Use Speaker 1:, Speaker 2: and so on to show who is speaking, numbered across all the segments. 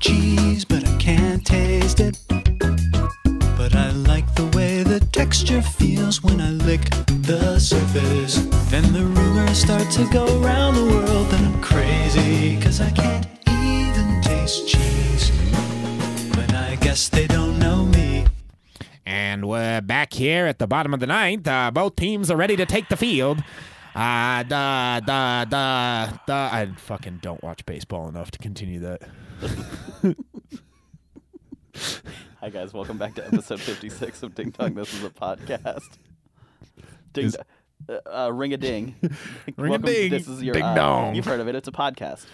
Speaker 1: cheese, but I can't taste it. But I like the way the texture feels when I lick the surface. Then the rumors start to go around the world that I'm crazy, cause I can't even taste cheese. But I guess they don't know me.
Speaker 2: And we're back here at the bottom of the ninth. Uh, both teams are ready to take the field. Uh, da, da, da, da. I fucking don't watch baseball enough to continue that.
Speaker 3: Hi guys, welcome back to episode 56 of Ding Dong. This is a podcast. Ding,
Speaker 2: Is-
Speaker 3: do- uh, uh, ring a ding.
Speaker 2: Ring a
Speaker 3: Welcome-
Speaker 2: ding,
Speaker 3: This is your
Speaker 2: ding
Speaker 3: uh,
Speaker 2: dong.
Speaker 3: You've heard of it. It's a podcast.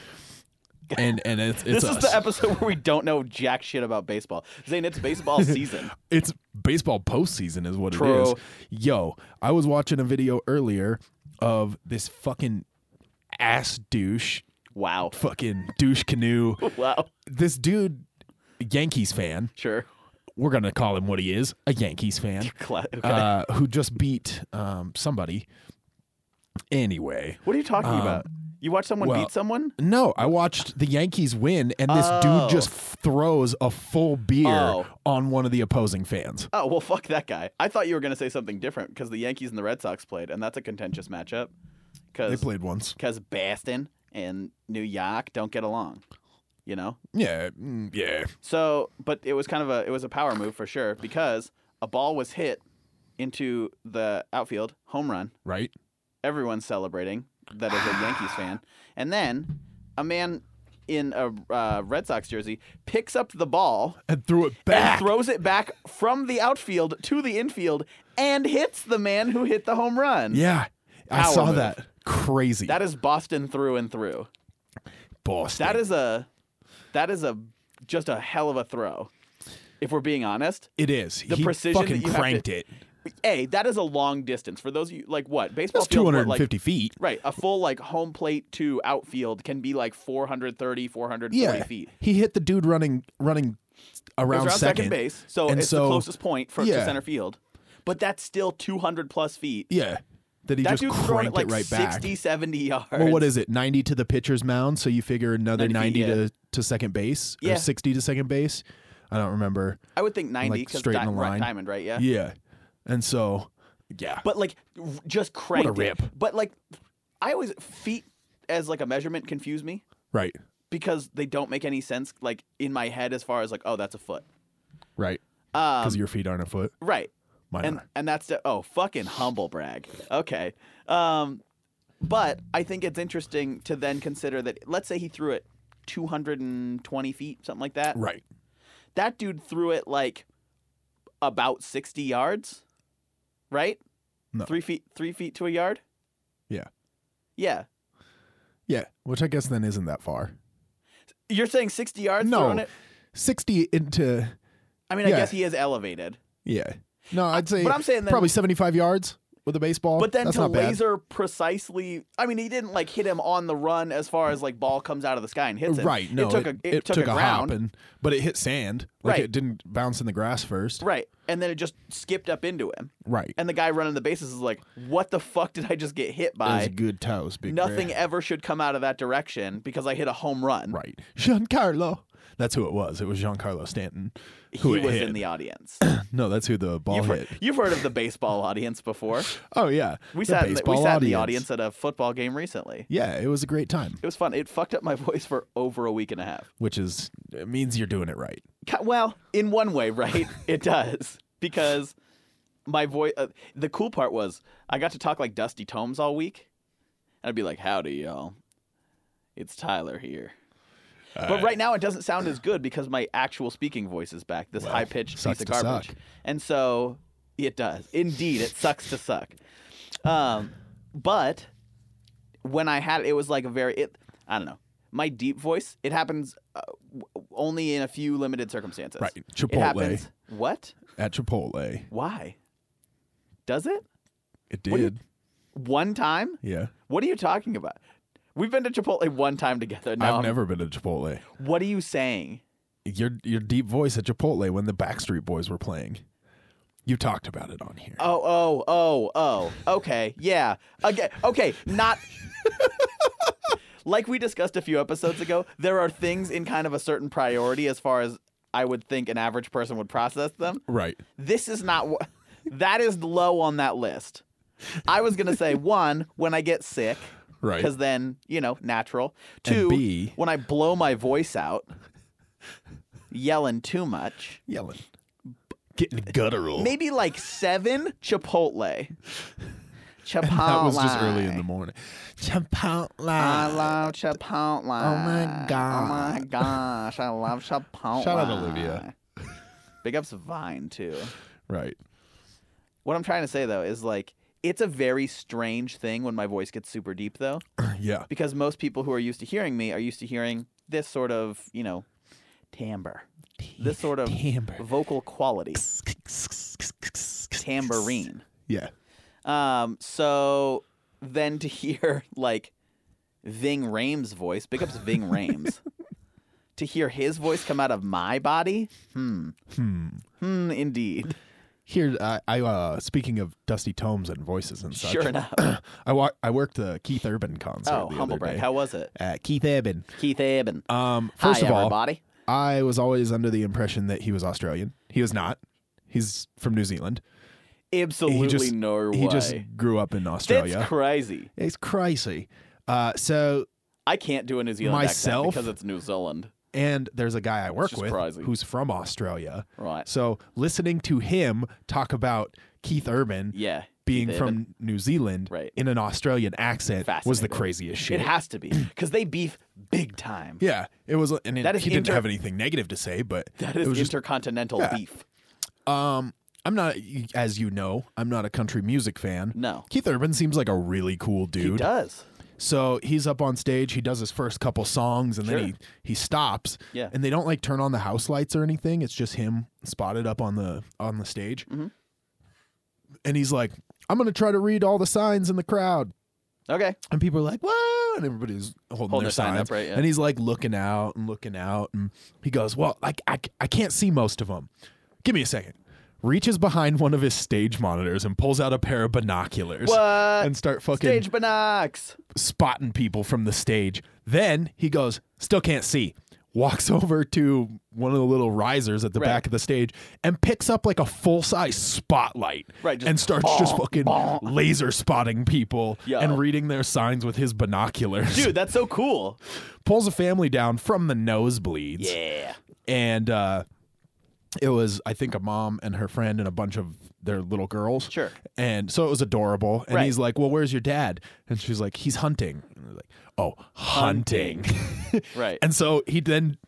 Speaker 4: and and it's it's
Speaker 3: This is
Speaker 4: us.
Speaker 3: the episode where we don't know jack shit about baseball. Zane, it's baseball season.
Speaker 4: it's baseball postseason is what it
Speaker 3: True.
Speaker 4: is. Yo, I was watching a video earlier of this fucking ass douche,
Speaker 3: Wow.
Speaker 4: fucking douche canoe.
Speaker 3: Wow.
Speaker 4: This dude, Yankees fan.
Speaker 3: Sure.
Speaker 4: We're gonna call him what he is, a Yankees fan.
Speaker 3: Cla- okay.
Speaker 4: Uh, who just beat um, somebody. Anyway,
Speaker 3: what are you talking
Speaker 4: um,
Speaker 3: about? You watch someone
Speaker 4: well-
Speaker 3: beat someone?
Speaker 4: no, I watched the Yankees win, and this
Speaker 3: Oh.
Speaker 4: dude just throws a full beer
Speaker 3: Oh.
Speaker 4: on one of the opposing fans.
Speaker 3: Oh, well, fuck that guy. I thought you were going to say something different because the Yankees and the Red Sox played, and that's a contentious matchup
Speaker 4: They
Speaker 3: because
Speaker 4: played once.
Speaker 3: Boston and New York don't get along, you know?
Speaker 4: Yeah, mm, yeah.
Speaker 3: So, but it was kind of a it was a power move for sure because a ball was hit into the outfield, home run.
Speaker 4: right?
Speaker 3: Everyone's celebrating that is a Yankees fan, and then a man in a uh, Red Sox jersey picks up the ball
Speaker 4: And threw it
Speaker 3: and
Speaker 4: back.
Speaker 3: throws it back from the outfield to the infield and hits the man who hit the home run.
Speaker 4: yeah, I
Speaker 3: Power
Speaker 4: saw
Speaker 3: move.
Speaker 4: that. Crazy.
Speaker 3: That is Boston through and through.
Speaker 4: Boston.
Speaker 3: That is a that is a just a hell of a throw. If we're being honest,
Speaker 4: it is.
Speaker 3: the
Speaker 4: he
Speaker 3: precision that
Speaker 4: fucking
Speaker 3: you have to-
Speaker 4: cranked it.
Speaker 3: A, that is a long distance. For those of you like what? Baseball
Speaker 4: That's
Speaker 3: field what,
Speaker 4: 250
Speaker 3: like,
Speaker 4: feet.
Speaker 3: Right. A full like home plate to outfield can be like 430, 440
Speaker 4: Yeah,
Speaker 3: feet.
Speaker 4: he hit the dude running running
Speaker 3: It was
Speaker 4: around,
Speaker 3: around second, base. So
Speaker 4: and
Speaker 3: it's the
Speaker 4: so-
Speaker 3: closest point for to
Speaker 4: yeah.
Speaker 3: center field. But that's still 200 plus feet.
Speaker 4: Yeah, that he
Speaker 3: that
Speaker 4: just
Speaker 3: dude's throwing it
Speaker 4: cranked
Speaker 3: like
Speaker 4: it right
Speaker 3: 60,
Speaker 4: back.
Speaker 3: 70 yards.
Speaker 4: Well, what is it? 90 to the pitcher's mound, so you figure another
Speaker 3: 90
Speaker 4: 90,
Speaker 3: feet,
Speaker 4: to, to second base
Speaker 3: Yeah.
Speaker 4: or 60 to second base. I don't remember.
Speaker 3: I would think 90
Speaker 4: like,
Speaker 3: because
Speaker 4: straight in
Speaker 3: di-
Speaker 4: the
Speaker 3: right,
Speaker 4: line?
Speaker 3: diamond, right? Yeah.
Speaker 4: Yeah, and so yeah,
Speaker 3: But like r- just cranked it.
Speaker 4: rip.
Speaker 3: But like I always feet as like a measurement confuse me
Speaker 4: right,
Speaker 3: because they don't make any sense like in my head as far as like oh that's a foot.
Speaker 4: right,
Speaker 3: Um,
Speaker 4: because your feet aren't a foot.
Speaker 3: Right.
Speaker 4: Mine
Speaker 3: And
Speaker 4: are.
Speaker 3: and that's the, oh fucking humble brag. Okay. Um but I think it's interesting to then consider that let's say he threw it 220 feet, something like that.
Speaker 4: Right.
Speaker 3: That dude threw it like about 60 yards, right?
Speaker 4: No.
Speaker 3: 3 feet 3 feet to a yard?
Speaker 4: Yeah.
Speaker 3: Yeah.
Speaker 4: Yeah, which I guess then isn't that far.
Speaker 3: You're saying 60 yards
Speaker 4: No.
Speaker 3: throwing it?
Speaker 4: 60 into
Speaker 3: I mean, I
Speaker 4: Yeah.
Speaker 3: guess he is elevated.
Speaker 4: yeah. No, I'd say
Speaker 3: But I'm saying then-
Speaker 4: probably 75 yards with a baseball.
Speaker 3: But then
Speaker 4: Oh, That's
Speaker 3: to
Speaker 4: not bad.
Speaker 3: laser precisely, I mean, he didn't like hit him on the run as far as like ball comes out of the sky and hits him.
Speaker 4: right, no.
Speaker 3: it took a it, took, a,
Speaker 4: hop
Speaker 3: ground,
Speaker 4: and but it hit sand. Like
Speaker 3: Right.
Speaker 4: it didn't bounce in the grass first.
Speaker 3: right, and then it just skipped up into him.
Speaker 4: Right.
Speaker 3: And the guy running the bases is like, "What the fuck did I just get hit
Speaker 4: Those
Speaker 3: by?
Speaker 4: good toes, big
Speaker 3: Nothing
Speaker 4: Red.
Speaker 3: ever should come out of that direction because I hit a home run."
Speaker 4: Right. Giancarlo. That's who it was. It was Giancarlo Stanton. Who
Speaker 3: he
Speaker 4: it
Speaker 3: was
Speaker 4: hit.
Speaker 3: in the audience.
Speaker 4: No, that's who the ball
Speaker 3: You've
Speaker 4: hit.
Speaker 3: heard, you've heard of the baseball audience before.
Speaker 4: Oh yeah.
Speaker 3: We
Speaker 4: The
Speaker 3: sat in the, we
Speaker 4: baseball
Speaker 3: sat in the audience at a football game recently.
Speaker 4: Yeah, it was a great time,
Speaker 3: It was fun. It fucked up my voice for over a week and a half.
Speaker 4: which is it means you're doing it right.
Speaker 3: Ki- Well, in one way, right? It does because my voice. Uh, the cool part was I got to talk like Dusty Tomes all week, and I'd be like, "Howdy, y'all. It's Tyler here." but right now, it doesn't sound as good because my actual speaking voice is back. This high pitched piece
Speaker 4: sucks
Speaker 3: of
Speaker 4: to
Speaker 3: garbage,
Speaker 4: suck.
Speaker 3: and so it does indeed. It sucks to suck. Um, but when I had it, it was like a very it. I don't know. My deep voice. It happens uh, w- only in a few limited circumstances.
Speaker 4: Right.
Speaker 3: It
Speaker 4: Chipotle.
Speaker 3: happens. What?
Speaker 4: At Chipotle.
Speaker 3: Why? Does it?
Speaker 4: It
Speaker 3: What do you-
Speaker 4: did.
Speaker 3: One time?
Speaker 4: Yeah.
Speaker 3: What are you talking about? We've been to Chipotle one time together. No,
Speaker 4: I've
Speaker 3: I'm-
Speaker 4: never been to Chipotle.
Speaker 3: What are you saying?
Speaker 4: Your your deep voice at Chipotle when the Backstreet Boys were playing. You talked about it on here.
Speaker 3: Oh, oh, oh, oh. Okay. Yeah. Again. Okay. Not. like we discussed a few episodes ago, there are things in kind of a certain priority as far as I would think an average person would process them.
Speaker 4: Right.
Speaker 3: This is not what that is low on that list. I was gonna say one when I get sick,
Speaker 4: Right.
Speaker 3: Because then you know natural.
Speaker 4: And
Speaker 3: Two
Speaker 4: B-
Speaker 3: when I blow my voice out, yelling too much.
Speaker 4: Yelling. Getting guttural.
Speaker 3: Maybe like seven Chipotle. Chipotle.
Speaker 4: that was just early in the morning. Chipotle.
Speaker 3: I love Chipotle. Oh
Speaker 4: my
Speaker 3: Oh my gosh, I love Chipotle.
Speaker 4: Shout out Olivia.
Speaker 3: Big ups Vine too.
Speaker 4: Right.
Speaker 3: What I'm trying to say though is like it's a very strange thing when my voice gets super deep though,
Speaker 4: Yeah.
Speaker 3: because most people who are used to hearing me are used to hearing this sort of you know timbre, this sort of
Speaker 4: timbre.
Speaker 3: vocal quality, tambourine.
Speaker 4: Yeah.
Speaker 3: Um, so then to hear like Ving Rames' voice, big ups Ving Rames. to hear his voice come out of my body, hmm, hmm, hmm, indeed.
Speaker 4: Here, I, I uh, speaking of dusty tomes and voices and such.
Speaker 3: Sure enough.
Speaker 4: I wa- I worked the Keith Urban concert.
Speaker 3: oh,
Speaker 4: the
Speaker 3: humble
Speaker 4: other
Speaker 3: brag.
Speaker 4: day.
Speaker 3: How was it,
Speaker 4: uh, Keith Urban.
Speaker 3: Keith Eben?
Speaker 4: Um, first
Speaker 3: Hi,
Speaker 4: of all,
Speaker 3: everybody.
Speaker 4: I was always under the impression that he was Australian. He was not. He's from New Zealand.
Speaker 3: absolutely
Speaker 4: he just
Speaker 3: no way.
Speaker 4: he just grew up in
Speaker 3: That's
Speaker 4: Australia.
Speaker 3: crazy.
Speaker 4: it's crazy. Uh, so
Speaker 3: I can't do a New Zealand
Speaker 4: Myself?
Speaker 3: accent because it's New Zealand,
Speaker 4: and there's a guy I work
Speaker 3: just
Speaker 4: with
Speaker 3: crazy.
Speaker 4: who's from Australia.
Speaker 3: right?
Speaker 4: So listening to him talk about Keith Urban
Speaker 3: Yeah,
Speaker 4: being
Speaker 3: Keith
Speaker 4: from
Speaker 3: Eben.
Speaker 4: New Zealand
Speaker 3: Right.
Speaker 4: in an Australian accent was the
Speaker 3: Fascinating.
Speaker 4: craziest
Speaker 3: it
Speaker 4: shit.
Speaker 3: has to be because they beef big time.
Speaker 4: yeah, it was, and it,
Speaker 3: That is
Speaker 4: he didn't
Speaker 3: inter-
Speaker 4: have anything negative to say, but
Speaker 3: that
Speaker 4: it
Speaker 3: is
Speaker 4: was just
Speaker 3: intercontinental
Speaker 4: Yeah.
Speaker 3: beef.
Speaker 4: Um, I'm not, as you know, I'm not a country music fan.
Speaker 3: No.
Speaker 4: Keith Urban seems like a really cool
Speaker 3: He
Speaker 4: dude.
Speaker 3: does.
Speaker 4: So he's up on stage. He does his first couple songs, and
Speaker 3: Sure.
Speaker 4: then he he stops.
Speaker 3: Yeah.
Speaker 4: And they don't like turn on the house lights or anything. It's just him spotted up on the on the stage.
Speaker 3: Mm-hmm.
Speaker 4: And he's like, "I'm gonna try to read all the signs in the crowd."
Speaker 3: Okay.
Speaker 4: And people are like, "Whoa!" And everybody's holding, their
Speaker 3: Holding their sign
Speaker 4: signs.
Speaker 3: up, right, yeah.
Speaker 4: And he's like looking out and looking out, and he goes, "Well, I, I, I can't see most of them. Give me a second. Reaches behind one of his stage monitors and pulls out a pair of binoculars
Speaker 3: What?
Speaker 4: and start fucking
Speaker 3: Stage binocs.
Speaker 4: spotting people from the stage. Then he goes, "Still can't see." Walks over to one of the little risers at the
Speaker 3: Right.
Speaker 4: back of the stage and picks up like a full size spotlight
Speaker 3: Right, just
Speaker 4: and starts just fucking laser spotting people
Speaker 3: Yeah.
Speaker 4: and reading their signs with his binoculars.
Speaker 3: Dude, that's so cool.
Speaker 4: Pulls a family down from the nosebleeds.
Speaker 3: Yeah.
Speaker 4: And uh, it was, I think, a mom and her friend and a bunch of their little girls.
Speaker 3: Sure.
Speaker 4: And so it was adorable. And
Speaker 3: Right.
Speaker 4: he's like, Well, where's your dad? And she's like, He's hunting. And they're like, Oh, hunting.
Speaker 3: Right.
Speaker 4: and so he then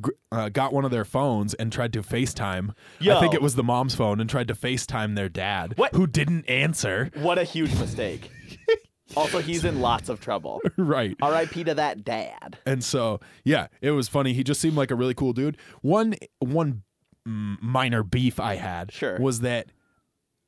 Speaker 4: gr- uh, got one of their phones and tried to FaceTime. I
Speaker 3: Yo.
Speaker 4: think it was the mom's phone and tried to FaceTime their dad,
Speaker 3: What?
Speaker 4: who didn't answer.
Speaker 3: what a huge mistake. also, he's in lots of trouble.
Speaker 4: right.
Speaker 3: R.I.P. to that dad.
Speaker 4: And so, yeah, it was funny. He just seemed like a really cool dude. One one mm, minor beef I had
Speaker 3: Sure.
Speaker 4: was that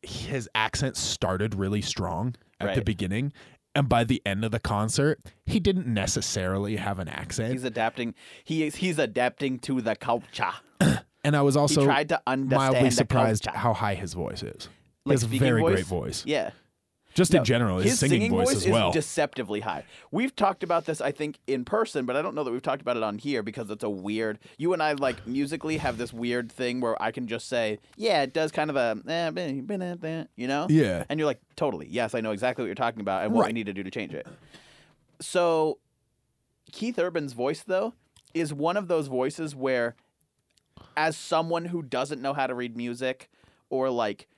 Speaker 4: his accent started really strong at the
Speaker 3: Right.
Speaker 4: beginning, and by the end of the concert, he didn't necessarily have an accent.
Speaker 3: He's adapting. He is, he's adapting to the culture.
Speaker 4: and I was also
Speaker 3: tried to understand
Speaker 4: mildly
Speaker 3: the
Speaker 4: surprised
Speaker 3: culture.
Speaker 4: how high his voice is.
Speaker 3: Like
Speaker 4: he has a
Speaker 3: speaking
Speaker 4: very great voice.
Speaker 3: Yeah.
Speaker 4: Just
Speaker 3: No,
Speaker 4: in general, his, singing, voice, as well.
Speaker 3: is deceptively high. We've talked about this, I think, in person, but I don't know that we've talked about it on here because it's a weird. You and I like musically have this weird thing where I can just say, "Yeah, it does kind of a," eh, beh, beh, nah, nah," you know?
Speaker 4: Yeah.
Speaker 3: And you're like, "Totally, yes, I know exactly what you're talking about and what we
Speaker 4: Right.
Speaker 3: need to do to change it." So, Keith Urban's voice though is one of those voices where, as someone who doesn't know how to read music or like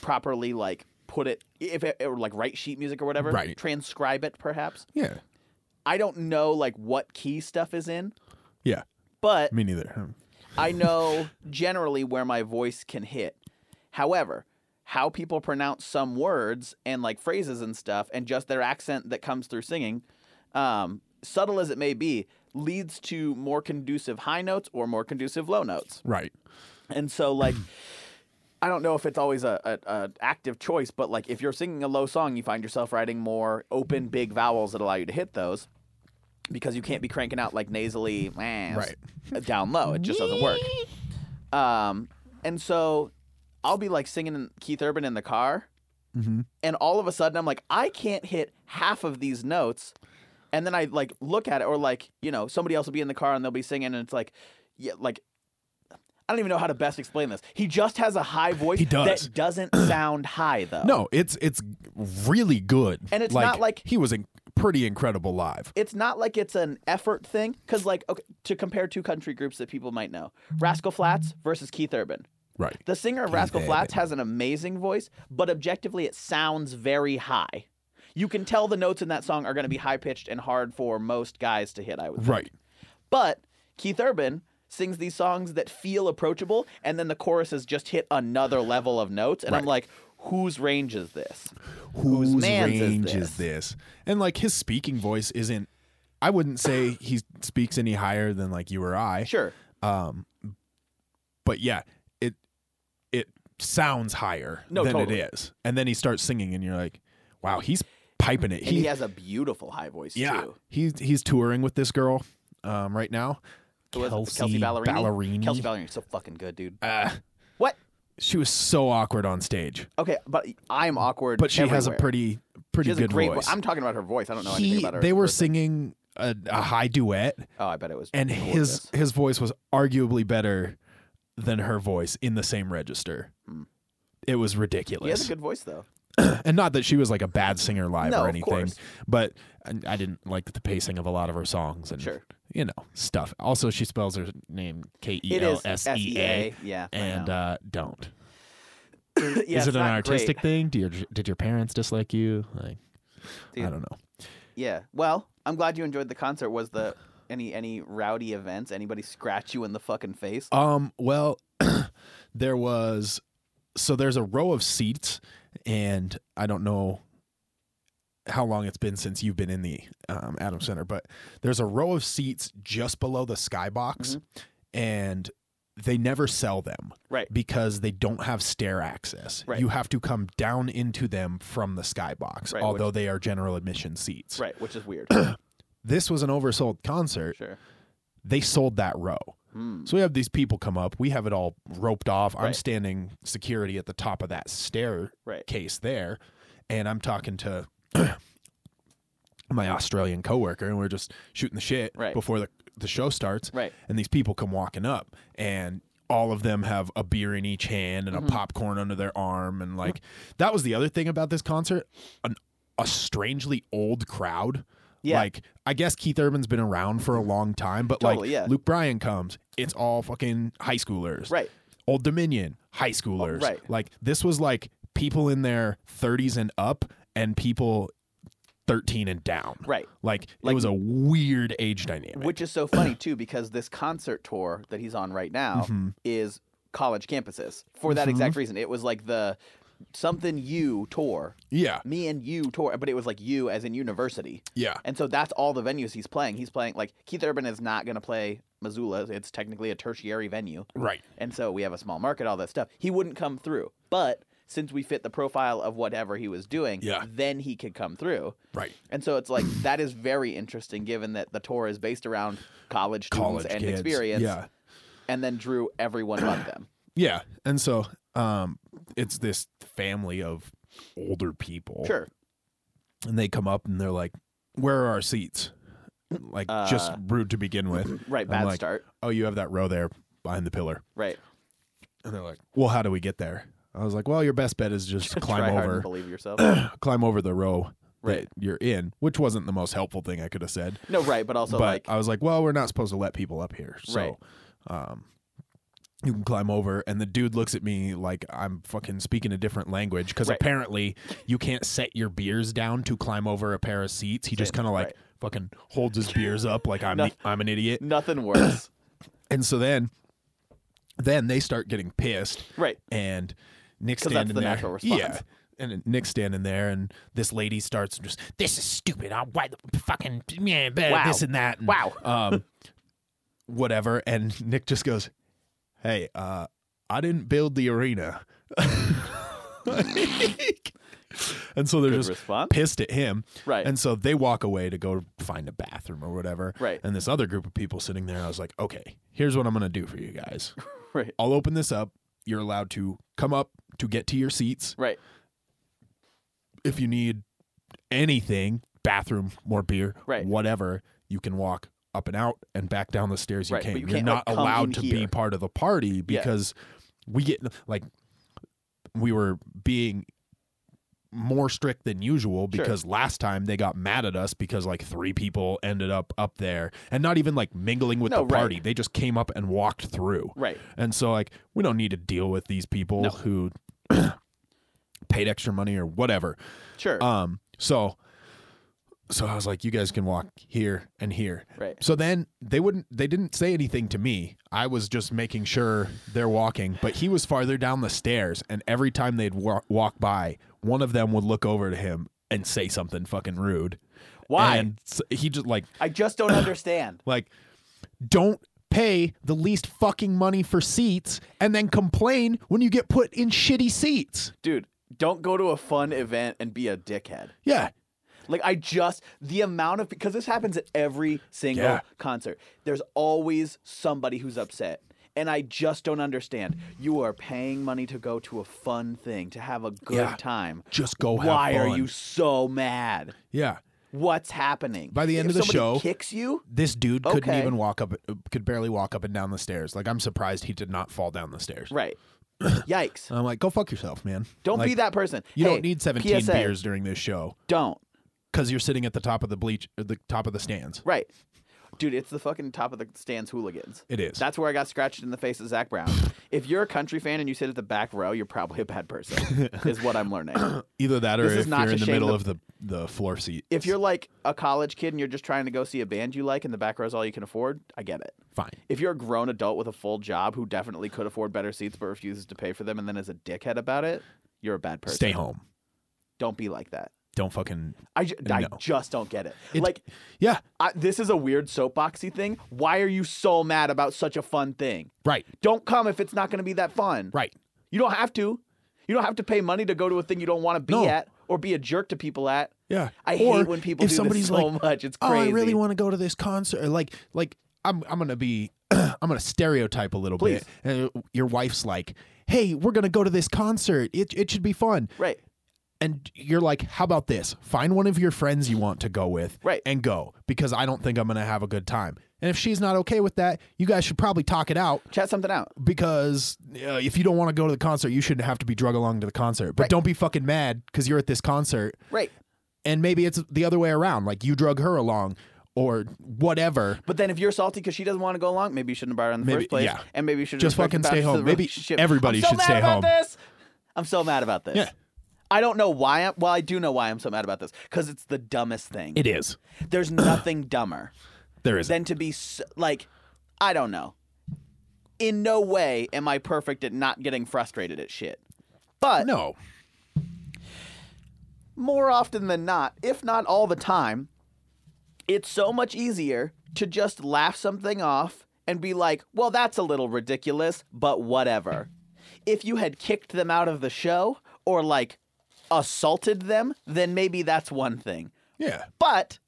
Speaker 3: properly like put it if it or like write sheet music or whatever
Speaker 4: Right.
Speaker 3: transcribe it perhaps
Speaker 4: yeah.
Speaker 3: i don't know like what key stuff is in
Speaker 4: Yeah.
Speaker 3: but
Speaker 4: Me neither. Hmm.
Speaker 3: i know generally where my voice can hit however how people pronounce some words and like phrases and stuff and just their accent that comes through singing um, subtle as it may be leads to more conducive high notes or more conducive low notes
Speaker 4: Right.
Speaker 3: and so like I don't know if it's always a, a, a active choice, but like if you're singing a low song, you find yourself writing more open big vowels that allow you to hit those because you can't be cranking out like nasally "eh,"
Speaker 4: Right.
Speaker 3: down low. It just doesn't work. Um, and so I'll be like singing Keith Urban in the car, and all of a sudden I'm like, I can't hit half of these notes, and then I like look at it, or like you know somebody else will be in the car and they'll be singing, and it's like, yeah, like I don't even know how to best explain this. He just has a high voice
Speaker 4: He does.
Speaker 3: that doesn't sound high though.
Speaker 4: No, it's it's really good.
Speaker 3: And it's not like-
Speaker 4: he was in, pretty incredible live.
Speaker 3: it's not like it's an effort thing because like okay, to compare two country groups that people might know rascal flats versus keith urban
Speaker 4: Right.
Speaker 3: the singer of rascal flats has an amazing voice but objectively it sounds very high you can tell the notes in that song are going to be high pitched and hard for most guys to hit i would think.
Speaker 4: Right.
Speaker 3: but keith urban sings these songs that feel approachable and then the choruses just hit another level of notes and i'm like whose range is this
Speaker 4: Whose,
Speaker 3: man's is
Speaker 4: range
Speaker 3: this?
Speaker 4: is this? And like his speaking voice isn't I wouldn't say he speaks any higher than like you or I.
Speaker 3: sure
Speaker 4: But yeah, it it sounds higher
Speaker 3: No,
Speaker 4: than
Speaker 3: totally.
Speaker 4: it is. And then he starts singing and you're like, wow, he's piping it.
Speaker 3: and he has a beautiful high voice
Speaker 4: yeah.
Speaker 3: too
Speaker 4: He's he's touring with this girl um, right now.
Speaker 3: Who was it?
Speaker 4: Kelsey Ballerini.
Speaker 3: Kelsey Ballerini's so fucking good, dude.
Speaker 4: Uh,
Speaker 3: What?
Speaker 4: she was so awkward on stage.
Speaker 3: Okay, but I'm awkward.
Speaker 4: But she has a
Speaker 3: everywhere.
Speaker 4: pretty pretty
Speaker 3: She has
Speaker 4: good
Speaker 3: a great
Speaker 4: voice.
Speaker 3: I'm talking about her voice. I don't know anything
Speaker 4: he,
Speaker 3: about her.
Speaker 4: they were
Speaker 3: person.
Speaker 4: singing a, a high duet
Speaker 3: Oh, I bet it was.
Speaker 4: and his
Speaker 3: gorgeous.
Speaker 4: his voice was arguably better than her voice in the same register. It was
Speaker 3: Hmm. He has a
Speaker 4: ridiculous,
Speaker 3: good voice though.
Speaker 4: and not that she was like a bad singer live
Speaker 3: No,
Speaker 4: or
Speaker 3: of
Speaker 4: anything,
Speaker 3: course.
Speaker 4: but and I didn't like the pacing of a lot of her songs and
Speaker 3: Sure.
Speaker 4: you know stuff. Also, she spells her name K E
Speaker 3: It
Speaker 4: L
Speaker 3: is
Speaker 4: S E
Speaker 3: S-E-A,
Speaker 4: A,
Speaker 3: yeah, I
Speaker 4: and
Speaker 3: know.
Speaker 4: uh, don't.
Speaker 3: Yeah,
Speaker 4: is
Speaker 3: it's
Speaker 4: it an
Speaker 3: not
Speaker 4: artistic
Speaker 3: great.
Speaker 4: thing? Do your did your parents dislike you? Like,
Speaker 3: Dude.
Speaker 4: I don't know.
Speaker 3: Yeah. Well, I'm glad you enjoyed the concert. Was the any any rowdy events? Anybody scratch you in the fucking face?
Speaker 4: Um, well, there was so there's a row of seats, and I don't know how long it's been since you've been in the um, Adam Center, but there's a row of seats just below the skybox, and they never sell them
Speaker 3: Mm-hmm. Right.
Speaker 4: because they don't have stair access.
Speaker 3: Right.
Speaker 4: You have to come down into them from the skybox,
Speaker 3: Right, which-
Speaker 4: although they are general admission seats.
Speaker 3: Right, which is weird.
Speaker 4: This was an oversold concert
Speaker 3: sure.
Speaker 4: they sold that row.
Speaker 3: Hmm.
Speaker 4: So we have these people come up. We have it all roped off. I'm
Speaker 3: Right.
Speaker 4: standing security at the top of that staircase
Speaker 3: Right.
Speaker 4: there, and I'm talking to my Australian coworker, and we're just shooting the shit
Speaker 3: Right.
Speaker 4: before the the show starts.
Speaker 3: Right.
Speaker 4: And these people come walking up, and all of them have a beer in each hand
Speaker 3: Mm-hmm.
Speaker 4: and a popcorn under their arm, and like that was the other thing about this concert, an, a strangely old crowd.
Speaker 3: Yeah.
Speaker 4: Like I guess Keith Urban's been around for a long time, but
Speaker 3: Totally,
Speaker 4: like
Speaker 3: yeah.
Speaker 4: Luke Bryan comes, it's all fucking high schoolers.
Speaker 3: Right.
Speaker 4: Old Dominion, high schoolers.
Speaker 3: right.
Speaker 4: Like this was like people in their 30s and up and people 13 and down.
Speaker 3: Right.
Speaker 4: Like,
Speaker 3: Like-
Speaker 4: it was a weird age dynamic.
Speaker 3: Which is so funny too, because this concert tour that he's on right now
Speaker 4: Mm-hmm.
Speaker 3: is college campuses for that exact reason. It was like the something you tour,
Speaker 4: yeah.
Speaker 3: me and you tour, but it was like you as in university.
Speaker 4: Yeah.
Speaker 3: And so that's all the venues he's playing. He's playing like Keith Urban is not going to play Missoula. It's technically a tertiary venue.
Speaker 4: Right.
Speaker 3: And so we have a small market, all that stuff. He wouldn't come through, but since we fit the profile of whatever he was doing,
Speaker 4: Yeah.
Speaker 3: then he could come through.
Speaker 4: Right.
Speaker 3: And so it's like that is very interesting, given that the tour is based around college students
Speaker 4: College
Speaker 3: and
Speaker 4: kids.
Speaker 3: experience,
Speaker 4: Yeah.
Speaker 3: and then drew everyone but them.
Speaker 4: Yeah. And so um it's this family of older people.
Speaker 3: Sure,
Speaker 4: And they come up and they're like, "Where are our seats?" Like just
Speaker 3: Uh,
Speaker 4: rude to begin with.
Speaker 3: right,
Speaker 4: I'm
Speaker 3: bad
Speaker 4: like,
Speaker 3: start.
Speaker 4: oh, you have that row there behind the pillar.
Speaker 3: Right,
Speaker 4: And they're like, well, how do we get there? I was like, well, your best bet is just
Speaker 3: try
Speaker 4: climb
Speaker 3: hard and
Speaker 4: over,
Speaker 3: believe yourself.
Speaker 4: climb over the row that
Speaker 3: Right.
Speaker 4: you're in, which wasn't the most helpful thing I could have said.
Speaker 3: no, right, but also
Speaker 4: but uh,
Speaker 3: like
Speaker 4: I was like, well, we're not supposed to let people up here. So,
Speaker 3: Right.
Speaker 4: um, you can climb over. And the dude looks at me like I'm fucking speaking a different language because
Speaker 3: Right.
Speaker 4: apparently you can't set your beers down to climb over a pair of seats. He just
Speaker 3: Same.
Speaker 4: kind of like
Speaker 3: Right.
Speaker 4: fucking holds his beers up like I'm,
Speaker 3: No.
Speaker 4: the- I'm an idiot.
Speaker 3: nothing worse.
Speaker 4: And so then, then they start getting pissed.
Speaker 3: Right.
Speaker 4: And Nick's
Speaker 3: 'Cause
Speaker 4: standing
Speaker 3: that's the
Speaker 4: there.
Speaker 3: natural response.
Speaker 4: Yeah. And Nick's standing there, and this lady starts just
Speaker 2: This is stupid. I'm why the fucking yeah,
Speaker 3: Wow.
Speaker 2: wow. this and that. And,
Speaker 3: Wow.
Speaker 4: um, whatever. And Nick just goes, "Hey, uh, I didn't build the arena." and so they're
Speaker 3: Good
Speaker 4: just
Speaker 3: response.
Speaker 4: pissed at him.
Speaker 3: Right.
Speaker 4: And so they walk away to go find a bathroom or whatever.
Speaker 3: Right.
Speaker 4: And this other group of people sitting there, I was like, okay, here's what I'm going to do for you guys.
Speaker 3: Right.
Speaker 4: I'll open this up. You're allowed to come up to get to your seats.
Speaker 3: Right.
Speaker 4: If you need anything, bathroom, more beer,
Speaker 3: Right.
Speaker 4: whatever. You can walk up and out and back down the stairs you
Speaker 3: Right, but
Speaker 4: came.
Speaker 3: you
Speaker 4: are
Speaker 3: can't,
Speaker 4: not
Speaker 3: like, come in
Speaker 4: allowed to be
Speaker 3: here.
Speaker 4: part of the party because we get like we were being more strict than usual because last time they got mad at us because like three people ended up up there and not even like mingling with
Speaker 3: No,
Speaker 4: the
Speaker 3: right.
Speaker 4: party. They just came up and walked through.
Speaker 3: Right.
Speaker 4: And so like we don't need to deal with these people
Speaker 3: No.
Speaker 4: who paid extra money or whatever.
Speaker 3: Sure.
Speaker 4: Um so so I was like you guys can walk here and here.
Speaker 3: Right.
Speaker 4: So then they wouldn't they didn't say anything to me. I was just making sure they're walking, but he was farther down the stairs and every time they'd wa- walk by, one of them would look over to him and say something fucking rude.
Speaker 3: Why?
Speaker 4: And so he just like
Speaker 3: I just don't understand.
Speaker 4: like, don't pay the least fucking money for seats and then complain when you get put in shitty seats.
Speaker 3: Dude, don't go to a fun event and be a dickhead.
Speaker 4: Yeah.
Speaker 3: Like I just the amount of because this happens at every single
Speaker 4: Yeah.
Speaker 3: concert. There's always somebody who's upset. And I just don't understand. You are paying money to go to a fun thing, to have a good
Speaker 4: Yeah.
Speaker 3: time.
Speaker 4: Just go have
Speaker 3: Why are
Speaker 4: fun.
Speaker 3: you so mad?
Speaker 4: Yeah.
Speaker 3: What's happening?
Speaker 4: By the end
Speaker 3: If
Speaker 4: of the
Speaker 3: somebody
Speaker 4: show-
Speaker 3: kicks you?
Speaker 4: This dude couldn't
Speaker 3: Okay.
Speaker 4: even walk up, could barely walk up and down the stairs. Like, I'm surprised he did not fall down the stairs.
Speaker 3: Right. Yikes.
Speaker 4: And I'm like, go fuck yourself, man.
Speaker 3: Don't
Speaker 4: Uh, Like,
Speaker 3: be that person.
Speaker 4: You
Speaker 3: Hey,
Speaker 4: don't need 17
Speaker 3: PSA,
Speaker 4: beers during this show
Speaker 3: Don't.
Speaker 4: because you're sitting at the top of the bleach, at the top of the stands.
Speaker 3: Right. Dude, it's the fucking top of the stands hooligans.
Speaker 4: It is.
Speaker 3: That's where I got scratched in the face of Zach Brown. if you're a country fan and you sit at the back row, you're probably a bad person, is what I'm learning.
Speaker 4: Either that or
Speaker 3: This is
Speaker 4: if
Speaker 3: not
Speaker 4: you're
Speaker 3: to
Speaker 4: in the
Speaker 3: shame
Speaker 4: middle
Speaker 3: the-
Speaker 4: of the, the floor seat.
Speaker 3: If you're like a college kid and you're just trying to go see a band you like and the back row is all you can afford, I get it.
Speaker 4: fine.
Speaker 3: If you're a grown adult with a full job who definitely could afford better seats but refuses to pay for them and then is a dickhead about it, you're a bad person.
Speaker 4: Stay home.
Speaker 3: Don't be like that.
Speaker 4: Don't fucking.
Speaker 3: I, ju- I
Speaker 4: No.
Speaker 3: just don't get it.
Speaker 4: It-
Speaker 3: like,
Speaker 4: Yeah.
Speaker 3: I, this is a weird soapboxy thing. Why are you so mad about such a fun thing?
Speaker 4: Right.
Speaker 3: Don't come if it's not going to be that fun.
Speaker 4: Right.
Speaker 3: You don't have to. You don't have to pay money to go to a thing you don't want to be
Speaker 4: No.
Speaker 3: at or be a jerk to people at.
Speaker 4: Yeah.
Speaker 3: I
Speaker 4: Or
Speaker 3: hate when people
Speaker 4: if
Speaker 3: do
Speaker 4: somebody's
Speaker 3: this so
Speaker 4: like,
Speaker 3: much. It's
Speaker 4: oh,
Speaker 3: crazy.
Speaker 4: I really want to go to this concert. Or Like, like I'm, I'm gonna be, I'm gonna stereotype a little
Speaker 3: Please.
Speaker 4: bit. And your wife's like, "Hey, we're gonna go to this concert. It, it should be fun."
Speaker 3: Right.
Speaker 4: And you're like, "How about this? Find one of your friends you want to go with,
Speaker 3: Right.
Speaker 4: And go because I don't think I'm gonna have a good time." And if she's not okay with that, you guys should probably talk it out
Speaker 3: Chat something out.
Speaker 4: because uh, if you don't want to go to the concert, you shouldn't have to be drug along to the concert. But don't be fucking mad because you're at this concert
Speaker 3: Right.
Speaker 4: and maybe it's the other way around like you drug her along or whatever
Speaker 3: But then if you're salty because she doesn't want to go along, maybe you shouldn't have brought her in the
Speaker 4: Maybe-
Speaker 3: first place.
Speaker 4: yeah.
Speaker 3: And maybe you should
Speaker 4: Just
Speaker 3: respect the
Speaker 4: fucking stay
Speaker 3: boundaries of
Speaker 4: home.
Speaker 3: the
Speaker 4: Maybe
Speaker 3: relationship.
Speaker 4: everybody
Speaker 3: I'm so
Speaker 4: should
Speaker 3: mad
Speaker 4: stay
Speaker 3: about
Speaker 4: home.
Speaker 3: This. I'm so mad about this.
Speaker 4: Yeah.
Speaker 3: I don't know why. I'm, well, I do know why I'm so mad about this because it's the dumbest thing.
Speaker 4: it is
Speaker 3: There's nothing dumber.
Speaker 4: there is
Speaker 3: than to be s like I don't know. In no way am I perfect at not getting frustrated at shit. But
Speaker 4: no
Speaker 3: more often than not, if not all the time, it's so much easier to just laugh something off and be like, "Well, that's a little ridiculous, but whatever." If you had kicked them out of the show or like assaulted them, then maybe that's one thing.
Speaker 4: yeah
Speaker 3: But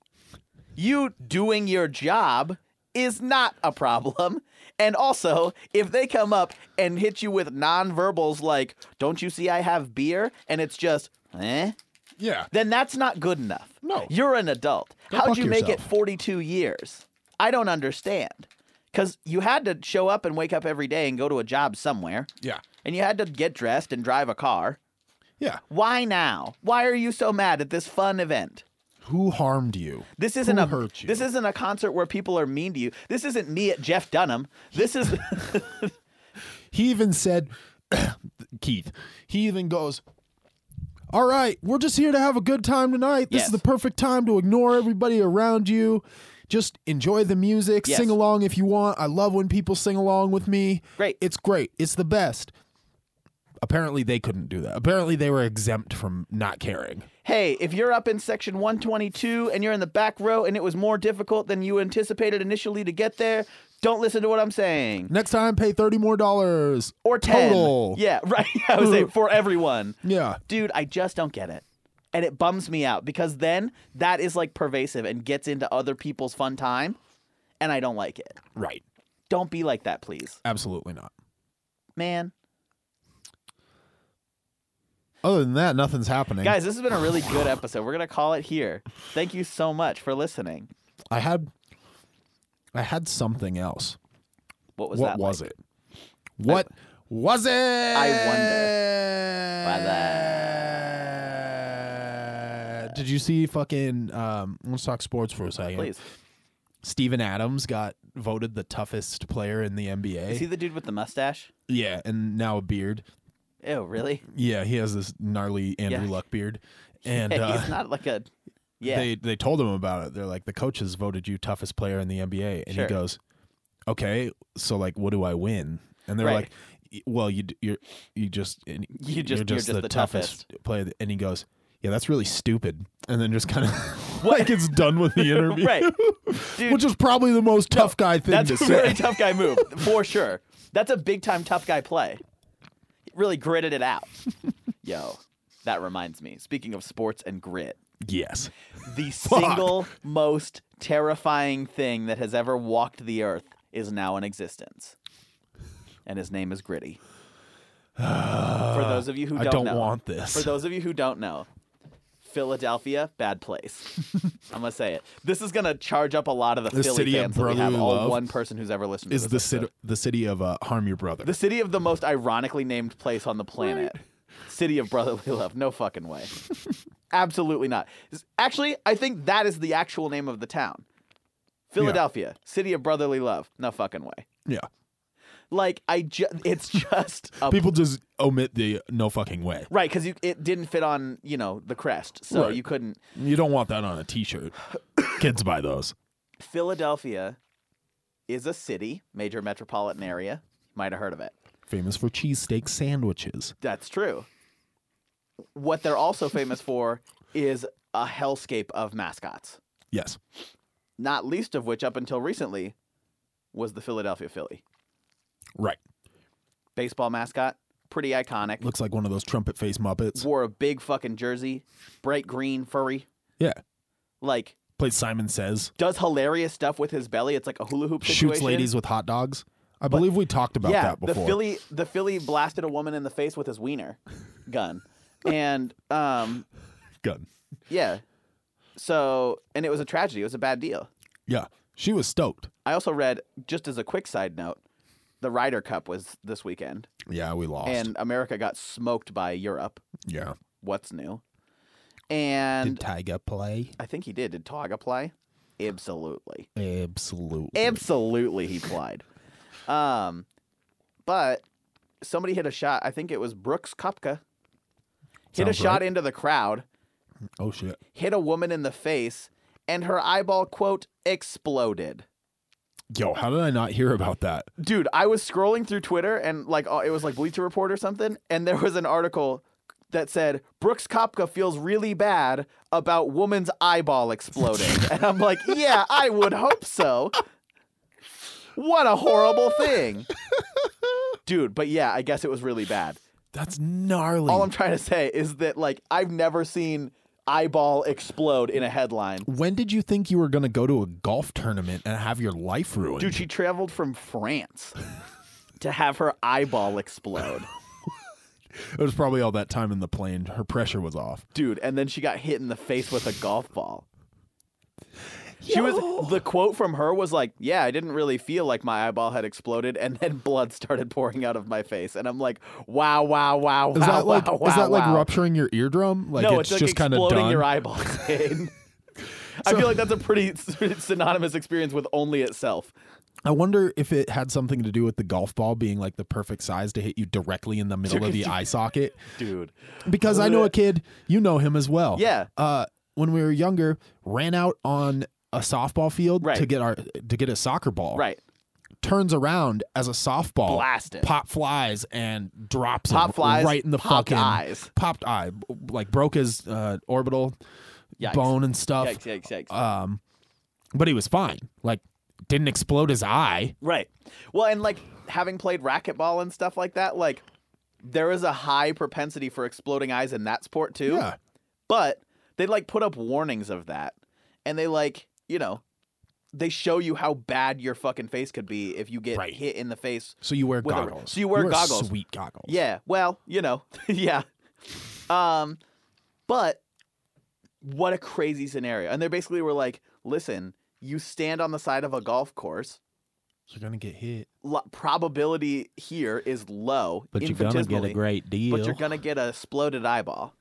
Speaker 3: you doing your job is not a problem. And also, if they come up and hit you with nonverbals like, don't you see I have beer? And it's just, eh?
Speaker 4: yeah
Speaker 3: Then that's not good enough.
Speaker 4: No.
Speaker 3: You're an adult.
Speaker 4: Go
Speaker 3: How'd
Speaker 4: fuck
Speaker 3: you make it
Speaker 4: yourself.
Speaker 3: 42 years? I don't understand. Because you had to show up and wake up every day and go to a job somewhere.
Speaker 4: yeah
Speaker 3: And you had to get dressed and drive a car.
Speaker 4: yeah
Speaker 3: Why now? Why are you so mad at this fun event?
Speaker 4: who harmed you
Speaker 3: This isn't
Speaker 4: Who
Speaker 3: a
Speaker 4: hurt you?
Speaker 3: this isn't a concert where people are mean to you. This isn't me at Jeff Dunham. This is
Speaker 4: he even said keith he even goes all right we're just here to have a good time tonight this
Speaker 3: Yes.
Speaker 4: is the perfect time to ignore everybody around you just enjoy the music
Speaker 3: Yes.
Speaker 4: sing along if you want i love when people sing along with me
Speaker 3: Great.
Speaker 4: it's great it's the best apparently they couldn't do that apparently they were exempt from not caring
Speaker 3: hey, if you're up in section 122 and you're in the back row and it was more difficult than you anticipated initially to get there, don't listen to what I'm saying.
Speaker 4: Next time, pay thirty more dollars
Speaker 3: Or 10.
Speaker 4: total.
Speaker 3: Yeah, right. I was saying for everyone.
Speaker 4: Yeah.
Speaker 3: Dude, I just don't get it. And it bums me out because then that is like pervasive and gets into other people's fun time and I don't like it.
Speaker 4: Right.
Speaker 3: Don't be like that, please.
Speaker 4: Absolutely not.
Speaker 3: man.
Speaker 4: Other than that, nothing's happening.
Speaker 3: Guys, this has been a really good episode. We're going to call it here. Thank you so much for listening.
Speaker 4: I had I had something else.
Speaker 3: What was
Speaker 4: what
Speaker 3: that?
Speaker 4: was it? What was it? I wonder. Did you see fucking um let's talk sports for a second.
Speaker 3: Please.
Speaker 4: Steven Adams got voted the toughest player in the NBA.
Speaker 3: Is he the dude with the mustache?
Speaker 4: yeah, and now a beard.
Speaker 3: Ew, really?
Speaker 4: Yeah, he has this gnarly Andrew
Speaker 3: Yeah.
Speaker 4: Luck beard. And
Speaker 3: Hey,
Speaker 4: uh,
Speaker 3: he's not like a. Yeah.
Speaker 4: they they told him about it. They're like, the coaches voted you toughest player in the NBA, and
Speaker 3: Sure.
Speaker 4: he goes, "Okay, so like, what do I win?" And they're
Speaker 3: Right.
Speaker 4: like, "Y- "Well, you d- you're you just and
Speaker 3: You just- you're just the
Speaker 4: player." And he goes, "Yeah, that's really stupid." And then just kind of like it's done with the interview,
Speaker 3: Right. Dude,
Speaker 4: Which is probably the most tough guy thing
Speaker 3: That's
Speaker 4: to
Speaker 3: a
Speaker 4: say.
Speaker 3: really tough guy move, for sure. That's a big time tough guy play. Really gritted it out. Yo, that reminds me. Speaking of sports and grit,
Speaker 4: yes,
Speaker 3: the single most terrifying thing that has ever walked the earth is now in existence. And his name is Gritty. for those of you who
Speaker 4: I don't
Speaker 3: don't, know,
Speaker 4: want
Speaker 3: for
Speaker 4: this.
Speaker 3: those of you who don't know, Philadelphia, bad place. I'm gonna say it. This is gonna charge up a lot of the,
Speaker 4: The
Speaker 3: Philly
Speaker 4: city of
Speaker 3: fans that we have.
Speaker 4: brotherly
Speaker 3: All
Speaker 4: love
Speaker 3: one person who's ever listened to
Speaker 4: Is
Speaker 3: this
Speaker 4: the
Speaker 3: episode.
Speaker 4: city the city of uh, harm your brother?
Speaker 3: The city of the most ironically named place on the planet. City of brotherly love. No fucking way. Absolutely not. S- Actually, I think that is the actual name of the town. Philadelphia, city of brotherly love. No fucking way.
Speaker 4: yeah,
Speaker 3: Like I ju- it's just a
Speaker 4: people just omit the no fucking way.
Speaker 3: right cuz you it didn't fit on, you know, the crest. So
Speaker 4: Right.
Speaker 3: you couldn't
Speaker 4: You don't want that on a T-shirt. Kids buy those.
Speaker 3: Philadelphia is a city, major metropolitan area. Might have heard of it.
Speaker 4: Famous for cheesesteak sandwiches.
Speaker 3: That's true. What they're also famous for is a hellscape of mascots,
Speaker 4: Yes.
Speaker 3: not least of which, up until recently, was the Philadelphia Philly.
Speaker 4: Right.
Speaker 3: Baseball mascot, pretty iconic.
Speaker 4: Looks like one of those trumpet face Muppets.
Speaker 3: Wore a big fucking jersey, bright green, furry.
Speaker 4: Yeah.
Speaker 3: Like,
Speaker 4: Plays Simon Says.
Speaker 3: does hilarious stuff with his belly. It's like a hula hoop situation.
Speaker 4: Shoots ladies with hot dogs. I believe we talked about
Speaker 3: yeah,
Speaker 4: that before.
Speaker 3: The Philly the Philly blasted a woman in the face with his wiener gun. and um
Speaker 4: gun.
Speaker 3: yeah. So and it was a tragedy. It was a bad deal.
Speaker 4: Yeah. She was stoked.
Speaker 3: I also read, just as a quick side note, the Ryder Cup was this weekend.
Speaker 4: Yeah, we lost.
Speaker 3: And America got smoked by Europe.
Speaker 4: yeah.
Speaker 3: What's new? And
Speaker 4: Did Tyga play?
Speaker 3: I think he did. Did Toga play? Absolutely.
Speaker 4: Absolutely.
Speaker 3: Absolutely, he plied. Um, but somebody hit a shot. I think it was Brooks Kopka. Hit a
Speaker 4: Sounds
Speaker 3: shot
Speaker 4: right.
Speaker 3: into the crowd,
Speaker 4: oh shit.
Speaker 3: hit a woman in the face, and her eyeball, quote, exploded.
Speaker 4: Yo, how did I not hear about that?
Speaker 3: Dude, I was scrolling through Twitter and like uh, it was like Bleacher Report or something, and there was an article that said Brooks Kopka feels really bad about woman's eyeball exploding, and I'm like, yeah, I would hope so. What a horrible thing, dude. But yeah, I guess it was really bad.
Speaker 4: That's gnarly.
Speaker 3: All I'm trying to say is that like I've never seen eyeball explode in a headline.
Speaker 4: when did you think you were going to go to a golf tournament and have your life ruined?
Speaker 3: Dude, she traveled from France to have her eyeball explode.
Speaker 4: it was probably all that time in the plane. Her pressure was off.
Speaker 3: dude and then she got hit in the face with a golf ball she was the quote from her was like yeah i didn't really feel like my eyeball had exploded and then blood started pouring out of my face and i'm like wow wow wow
Speaker 4: Is
Speaker 3: wow,
Speaker 4: that like
Speaker 3: wow,
Speaker 4: is
Speaker 3: wow,
Speaker 4: that like
Speaker 3: wow.
Speaker 4: rupturing your eardrum? Like
Speaker 3: no
Speaker 4: it's,
Speaker 3: it's, like
Speaker 4: just kind of
Speaker 3: exploding
Speaker 4: done.
Speaker 3: your eyeball Zane. i feel like that's a pretty s- synonymous experience with only itself
Speaker 4: I wonder if it had something to do with the golf ball being like the perfect size to hit you directly in the middle of the eye socket.
Speaker 3: dude
Speaker 4: Because I know a kid, you know him as well.
Speaker 3: Yeah.
Speaker 4: Uh, when we were younger, ran out on a softball field
Speaker 3: Right.
Speaker 4: to get our to get a soccer ball.
Speaker 3: right
Speaker 4: Turns around as a softball,
Speaker 3: Blast it.
Speaker 4: pop flies and drops him
Speaker 3: Pop flies,
Speaker 4: right in the
Speaker 3: popped
Speaker 4: fucking
Speaker 3: eyes.
Speaker 4: popped eye, like broke his uh, orbital
Speaker 3: Yikes.
Speaker 4: bone and stuff.
Speaker 3: yikes yikes yikes
Speaker 4: Um, but he was fine. Like, didn't explode his eye.
Speaker 3: Right. Well, and like having played racquetball and stuff like that, like there is a high propensity for exploding eyes in that sport too. But they like put up warnings of that. And they like, you know, they show you how bad your fucking face could be if you get
Speaker 4: Right.
Speaker 3: hit in the face.
Speaker 4: So you wear
Speaker 3: With a-
Speaker 4: goggles.
Speaker 3: so you wear goggles.
Speaker 4: Sweet goggles.
Speaker 3: Yeah. Well, you know, yeah. Um, but what a crazy scenario. And they basically were like, listen, you stand on the side of a golf course.
Speaker 4: You're gonna get hit.
Speaker 3: Lo- probability here is low.
Speaker 2: But you're gonna get a
Speaker 3: infinitesimally,
Speaker 2: great deal.
Speaker 3: But you're going to get a exploded eyeball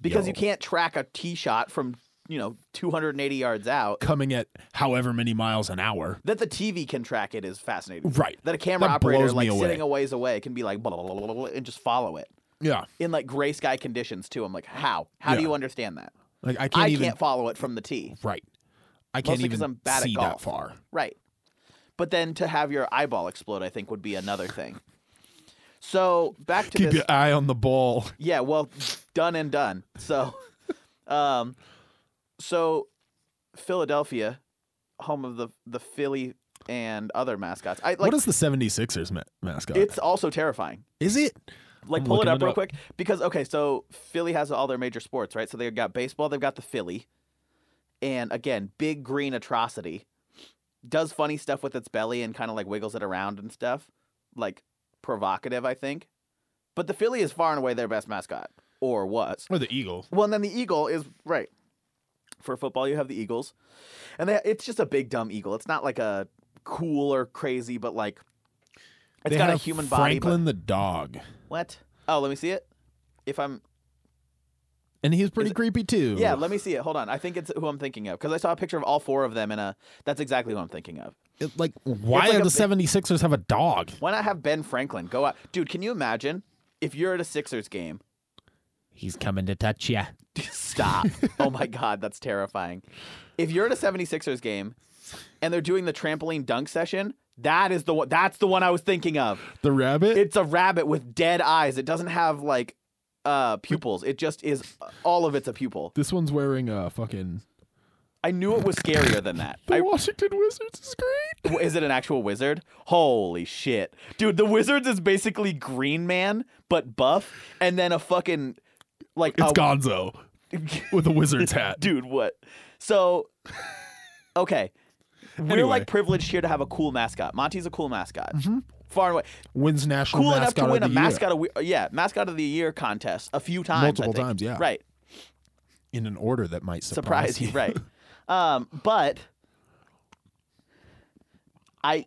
Speaker 3: because you
Speaker 2: Yo.
Speaker 3: can't track a tee shot from, you know, 280 yards out.
Speaker 4: Coming at however many miles an hour.
Speaker 3: That the TV can track it is fascinating.
Speaker 4: Right.
Speaker 3: That a camera
Speaker 4: That
Speaker 3: operator,
Speaker 4: blows me
Speaker 3: like
Speaker 4: away.
Speaker 3: sitting a ways away, can be like, blah, blah, blah, blah, blah, and just follow it
Speaker 4: Yeah.
Speaker 3: in like gray sky conditions too. I'm like, how? How do
Speaker 4: Yeah.
Speaker 3: you understand that?
Speaker 4: Like I can't
Speaker 3: I
Speaker 4: even
Speaker 3: can't follow it from the tee.
Speaker 4: right. I can't
Speaker 3: Mostly 'cause
Speaker 4: even
Speaker 3: I'm bad at
Speaker 4: see that
Speaker 3: golf.
Speaker 4: far.
Speaker 3: Right. But then to have your eyeball explode, I think would be another thing. So back to
Speaker 4: Keep
Speaker 3: this.
Speaker 4: your eye on the ball.
Speaker 3: Yeah, well, done and done. So, um, so Philadelphia, home of the the Philly and other mascots. I like.
Speaker 4: what is the 76ers ma- mascot?
Speaker 3: it's also terrifying.
Speaker 4: is it?
Speaker 3: Like
Speaker 2: I'm
Speaker 3: pull it
Speaker 2: looking
Speaker 3: up
Speaker 2: it
Speaker 3: real
Speaker 2: up.
Speaker 3: quick because okay, so Philly has all their major sports, right? So they've got baseball, they've got the Philly, and again, big green atrocity does funny stuff with its belly and kind of like wiggles it around and stuff, like provocative, I think. But the Philly is far and away their best mascot, or was.
Speaker 4: Or the eagle.
Speaker 3: Well, and then the eagle is right. For football, you have the Eagles, and they, it's just a big dumb eagle. It's not like a cool or crazy, but like it's
Speaker 4: they
Speaker 3: got a
Speaker 4: have
Speaker 3: human body. but-
Speaker 4: Franklin the dog.
Speaker 3: what? Oh, let me see it. If I'm
Speaker 4: And he's pretty
Speaker 3: Is it-
Speaker 4: creepy too.
Speaker 3: yeah, let me see it. Hold on. I think it's who I'm thinking of because I saw a picture of all four of them in a. That's exactly who I'm thinking of.
Speaker 4: It- like why
Speaker 3: like
Speaker 4: do
Speaker 3: a
Speaker 4: the
Speaker 3: big-
Speaker 4: 76ers have a dog?
Speaker 3: Why not have Ben Franklin go out, dude? Can you imagine if you're at a Sixers game?
Speaker 2: He's coming to touch you.
Speaker 3: Stop. oh my god, that's terrifying. If you're at a 76ers game and they're doing the trampoline dunk session, that is the one that's the one I was thinking of.
Speaker 4: The rabbit?
Speaker 3: It's a rabbit with dead eyes. It doesn't have like uh pupils. It just is all of it's a pupil.
Speaker 4: this one's wearing a fucking
Speaker 3: I knew it was scarier than that.
Speaker 4: The
Speaker 3: I,
Speaker 4: Washington Wizards is great.
Speaker 3: is it an actual wizard? Holy shit. Dude, the wizards is basically Green Man but buff and then a fucking like
Speaker 4: It's
Speaker 3: a
Speaker 4: Gonzo with a wizard's hat.
Speaker 3: dude what so okay we're
Speaker 4: Anyway.
Speaker 3: like privileged here to have a cool mascot monty's a cool mascot far and away
Speaker 4: Wins national
Speaker 3: cool enough
Speaker 4: mascot
Speaker 3: to
Speaker 4: of
Speaker 3: win
Speaker 4: the
Speaker 3: a
Speaker 4: year.
Speaker 3: mascot of we- yeah mascot of the year contest a few times I
Speaker 4: Multiple
Speaker 3: think.
Speaker 4: times, yeah.
Speaker 3: right
Speaker 4: in an order that might surprise,
Speaker 3: surprise
Speaker 4: you.
Speaker 3: you right um but i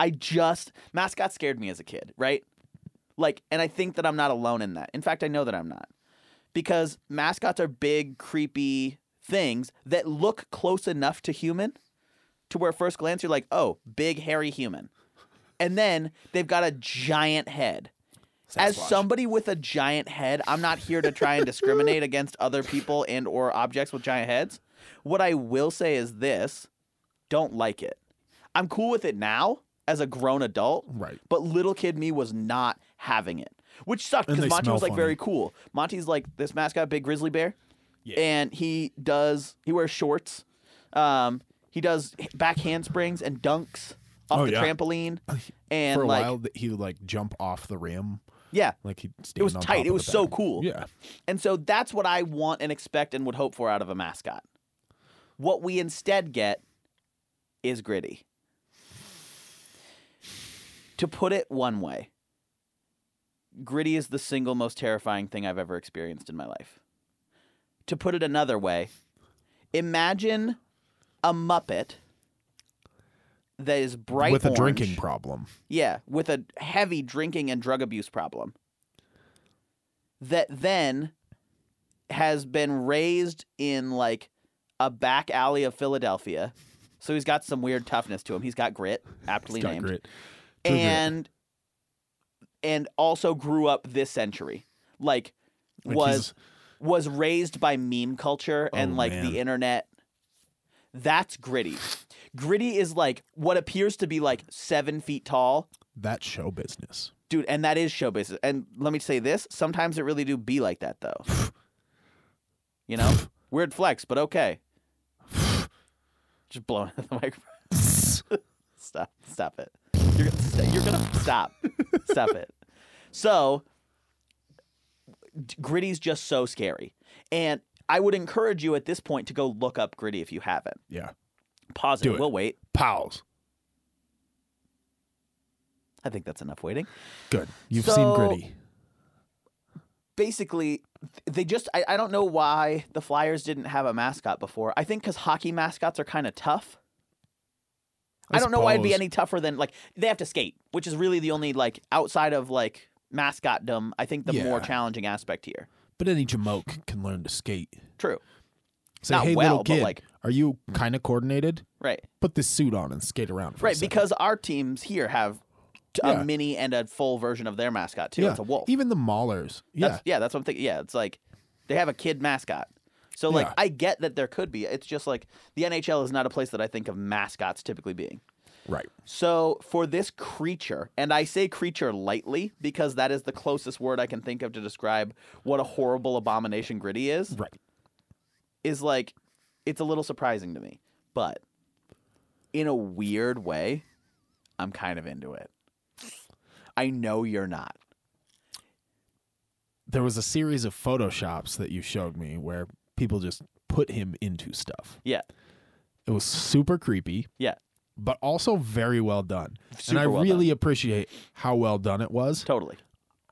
Speaker 3: i just mascot scared me as a kid right like and i think that i'm not alone in that in fact i know that i'm not because mascots are big creepy things that look close enough to human to where at first glance you're like oh big hairy human and then they've got a giant head as somebody with a giant head i'm not here to try and discriminate against other people and or objects with giant heads what i will say is this don't like it i'm cool with it now as a grown adult
Speaker 4: Right.
Speaker 3: but little kid me was not having it which sucked
Speaker 4: And
Speaker 3: because
Speaker 4: they
Speaker 3: monty
Speaker 4: smell
Speaker 3: was like
Speaker 4: funny.
Speaker 3: very cool monty's like this mascot big grizzly bear and he does he wears shorts um he does back handsprings and dunks off
Speaker 4: Oh,
Speaker 3: the
Speaker 4: yeah.
Speaker 3: trampoline and
Speaker 4: For a
Speaker 3: like
Speaker 4: while, th- he would like jump off the rim,
Speaker 3: yeah
Speaker 4: like he. would
Speaker 3: it was tight it was so cool
Speaker 4: Yeah,
Speaker 3: And so that's what I want and expect and would hope for out of a mascot. What we instead get is gritty. To put it one way, gritty is the single most terrifying thing I've ever experienced in my life. To put it another way, imagine a Muppet that is bright
Speaker 4: with
Speaker 3: orange.
Speaker 4: a drinking problem.
Speaker 3: Yeah, with a heavy drinking and drug abuse problem that then has been raised in like a back alley of Philadelphia. So he's got some weird toughness to him. He's got grit, aptly
Speaker 4: He's got
Speaker 3: named.
Speaker 4: grit. True grit.
Speaker 3: And and also grew up this century. Like
Speaker 4: Like,
Speaker 3: was
Speaker 4: he's-
Speaker 3: was raised by meme culture and
Speaker 4: Oh,
Speaker 3: like
Speaker 4: man.
Speaker 3: the internet. That's gritty. Gritty is like what appears to be like seven feet tall,
Speaker 4: that show business?
Speaker 3: dude and that is show business and let me say this sometimes it really do be like that though you know weird flex but okay just blowing at the microphone stop stop it you're, gonna- st- you're gonna stop stop it so d- gritty's just so scary and i would encourage you at this point to go look up gritty if you haven't
Speaker 4: Yeah,
Speaker 3: pause
Speaker 4: Do
Speaker 3: it.
Speaker 4: it.
Speaker 3: we'll wait
Speaker 4: pals.
Speaker 3: i think that's enough waiting
Speaker 4: Good. You've
Speaker 3: So-
Speaker 4: seen gritty.
Speaker 3: basically they just I, I don't know why the Flyers didn't have a mascot before. I think because hockey mascots are kind of tough. I, don't know why it'd be
Speaker 4: suppose.
Speaker 3: any tougher than like they have to skate, which is really the only like outside of like mascotdom. I think the more
Speaker 4: Yeah.
Speaker 3: challenging aspect here.
Speaker 4: But any Jamoke can learn to skate.
Speaker 3: True,
Speaker 4: Say,
Speaker 3: Not
Speaker 4: hey,
Speaker 3: well,
Speaker 4: little
Speaker 3: but,
Speaker 4: kid,
Speaker 3: like- hmm.
Speaker 4: are you kind of coordinated?
Speaker 3: right,
Speaker 4: Put this suit on and skate around. For a
Speaker 3: right.
Speaker 4: second."
Speaker 3: Because our teams here have t-
Speaker 4: Yeah.
Speaker 3: a mini and a full version of their mascot too.
Speaker 4: yeah,
Speaker 3: It's a wolf.
Speaker 4: Even the Maulers. Yeah,
Speaker 3: That's, yeah, that's what I'm thinking. Yeah, it's like they have a kid mascot. So like
Speaker 4: Yeah.
Speaker 3: I get that there could be. It's just like the NHL is not a place that I think of mascots typically being.
Speaker 4: right.
Speaker 3: So for this creature, and I say creature lightly because that is the closest word I can think of to describe what a horrible abomination gritty is,
Speaker 4: Right.
Speaker 3: is like it's a little surprising to me. But in a weird way, I'm kind of into it. I know you're not.
Speaker 4: There was a series of photoshops that you showed me where people just put him into stuff.
Speaker 3: Yeah.
Speaker 4: It was super creepy,
Speaker 3: Yeah.
Speaker 4: but also very well done. and
Speaker 3: Super
Speaker 4: I
Speaker 3: well
Speaker 4: really appreciate how well done it was.
Speaker 3: Totally.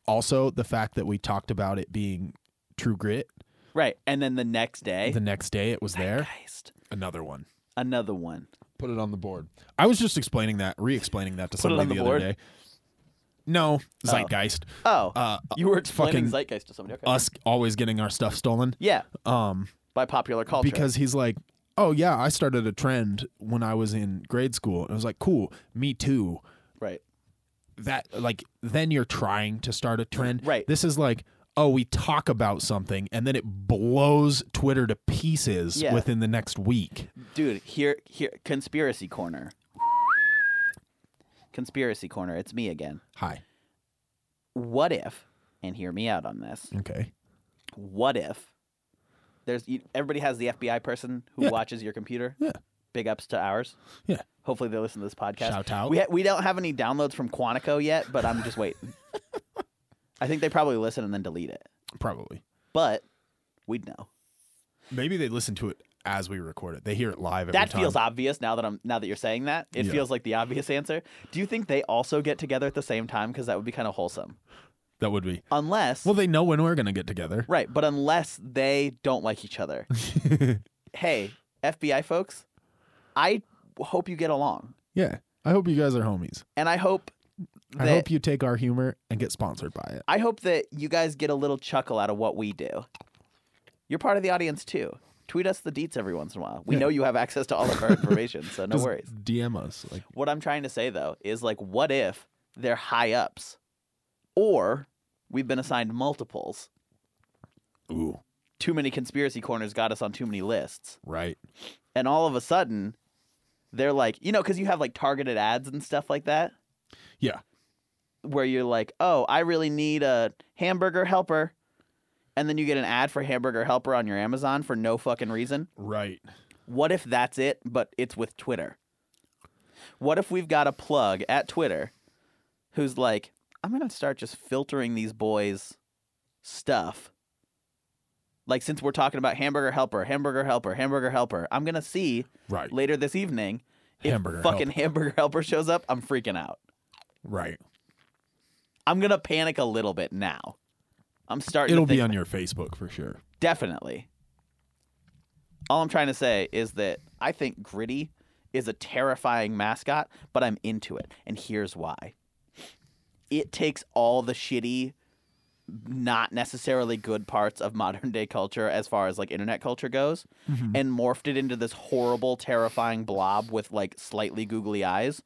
Speaker 4: Also, the fact that we talked about it being True Grit
Speaker 3: Right. And then the next day,
Speaker 4: the next day, it was there.
Speaker 3: Christ.
Speaker 4: Another one.
Speaker 3: Another one.
Speaker 4: Put it on the board. I was just explaining that, re-explaining that to
Speaker 3: it on
Speaker 4: somebody
Speaker 3: the
Speaker 4: the,
Speaker 3: board?
Speaker 4: other day. No, Zeitgeist.
Speaker 3: Oh,
Speaker 4: Uh,
Speaker 3: you were explaining
Speaker 4: fucking
Speaker 3: Zeitgeist to somebody. Okay.
Speaker 4: us always getting our stuff stolen.
Speaker 3: yeah,
Speaker 4: Um,
Speaker 3: by popular culture.
Speaker 4: because he's like, oh yeah, I started a trend when I was in grade school, and I was like, cool, me too.
Speaker 3: right,
Speaker 4: That like, then you're trying to start a trend.
Speaker 3: Right.
Speaker 4: This is like. Oh, we talk about something and then it blows Twitter to pieces
Speaker 3: Yeah.
Speaker 4: within the next week.
Speaker 3: dude. Here, here, conspiracy corner. conspiracy corner. It's me again.
Speaker 4: Hi.
Speaker 3: What if? And hear me out on this.
Speaker 4: Okay.
Speaker 3: What if? There's you- everybody has the FBI person who
Speaker 4: Yeah.
Speaker 3: watches your computer.
Speaker 4: Yeah.
Speaker 3: Big ups to ours.
Speaker 4: Yeah.
Speaker 3: Hopefully they listen to this podcast.
Speaker 4: Shout out.
Speaker 3: We ha- we don't have any downloads from Quantico yet, but I'm just waiting. I think they probably listen and then delete it.
Speaker 4: Probably.
Speaker 3: But we'd know.
Speaker 4: Maybe they listen to it as we record it. They hear it live every
Speaker 3: That
Speaker 4: time.
Speaker 3: feels obvious now that I'm now that you're saying that. It
Speaker 4: Yeah.
Speaker 3: feels like the obvious answer. Do you think they also get together at the same time because that would be kind of wholesome?
Speaker 4: that would be.
Speaker 3: Unless
Speaker 4: Well, they know when we're going to get together.
Speaker 3: right, but unless they don't like each other. hey, FBI folks, I hope you get along.
Speaker 4: Yeah. I hope you guys are homies.
Speaker 3: And I hope
Speaker 4: I
Speaker 3: that
Speaker 4: hope you take our humor and get sponsored by it.
Speaker 3: I hope that you guys get a little chuckle out of what we do. You're part of the audience too. Tweet us the deets every once in a while. We
Speaker 4: Yeah.
Speaker 3: know you have access to all of our information, so no
Speaker 4: Just
Speaker 3: worries.
Speaker 4: DM us. Like,
Speaker 3: What I'm trying to say though is like, what if they're high ups, or we've been assigned multiples?
Speaker 4: ooh,
Speaker 3: Too many conspiracy corners got us on too many lists,
Speaker 4: right.
Speaker 3: and all of a sudden, they're like, you know, because you have like targeted ads and stuff like that,
Speaker 4: Yeah.
Speaker 3: where you're like, oh, I really need a hamburger helper, and then you get an ad for hamburger helper on your Amazon for no fucking reason.
Speaker 4: Right.
Speaker 3: What if that's it, but it's with Twitter? What if we've got a plug at Twitter who's like, I'm going to start just filtering these boys' stuff. Like, since we're talking about hamburger helper, hamburger helper, hamburger helper, I'm going to see
Speaker 4: Right.
Speaker 3: later this evening if
Speaker 4: Hamburger
Speaker 3: fucking hamburger helper shows up. I'm freaking out.
Speaker 4: Right.
Speaker 3: I'm going to panic a little bit now. I'm starting
Speaker 4: It'll
Speaker 3: to think
Speaker 4: be on your Facebook for sure.
Speaker 3: Definitely. All I'm trying to say is that I think Gritty is a terrifying mascot, but I'm into it. And here's why it takes all the shitty, not necessarily good parts of modern day culture as far as like internet culture goes and morphed it into this horrible, terrifying blob with like slightly googly eyes.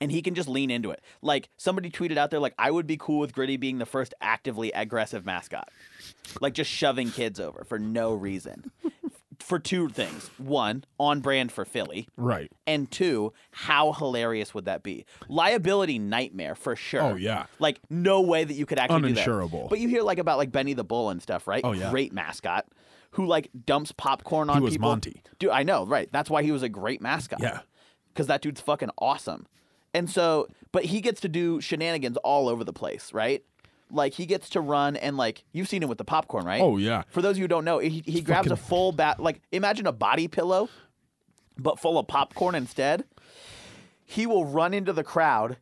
Speaker 3: And he can just lean into it. Like somebody tweeted out there, like, I would be cool with Gritty being the first actively aggressive mascot like just shoving kids over for no reason for two things one on brand for philly
Speaker 4: Right.
Speaker 3: and two how hilarious would that be liability nightmare for sure
Speaker 4: Oh, yeah.
Speaker 3: like no way that you could actually do
Speaker 4: Uninsurable.
Speaker 3: that but you hear like about like benny the bull and stuff right
Speaker 4: Oh, yeah.
Speaker 3: great mascot who like dumps popcorn on
Speaker 4: was
Speaker 3: people
Speaker 4: Monty.
Speaker 3: dude i know right that's why he was a great mascot
Speaker 4: Yeah.
Speaker 3: because that dude's fucking awesome. And so, but he gets to do shenanigans all over the place, right? Like he gets to run and like you've seen him with the popcorn, right?
Speaker 4: Oh, yeah.
Speaker 3: For those of you who don't know, he, he grabs a
Speaker 4: fucking-
Speaker 3: full bat. Like imagine a body pillow, but full of popcorn instead. He will run into the crowd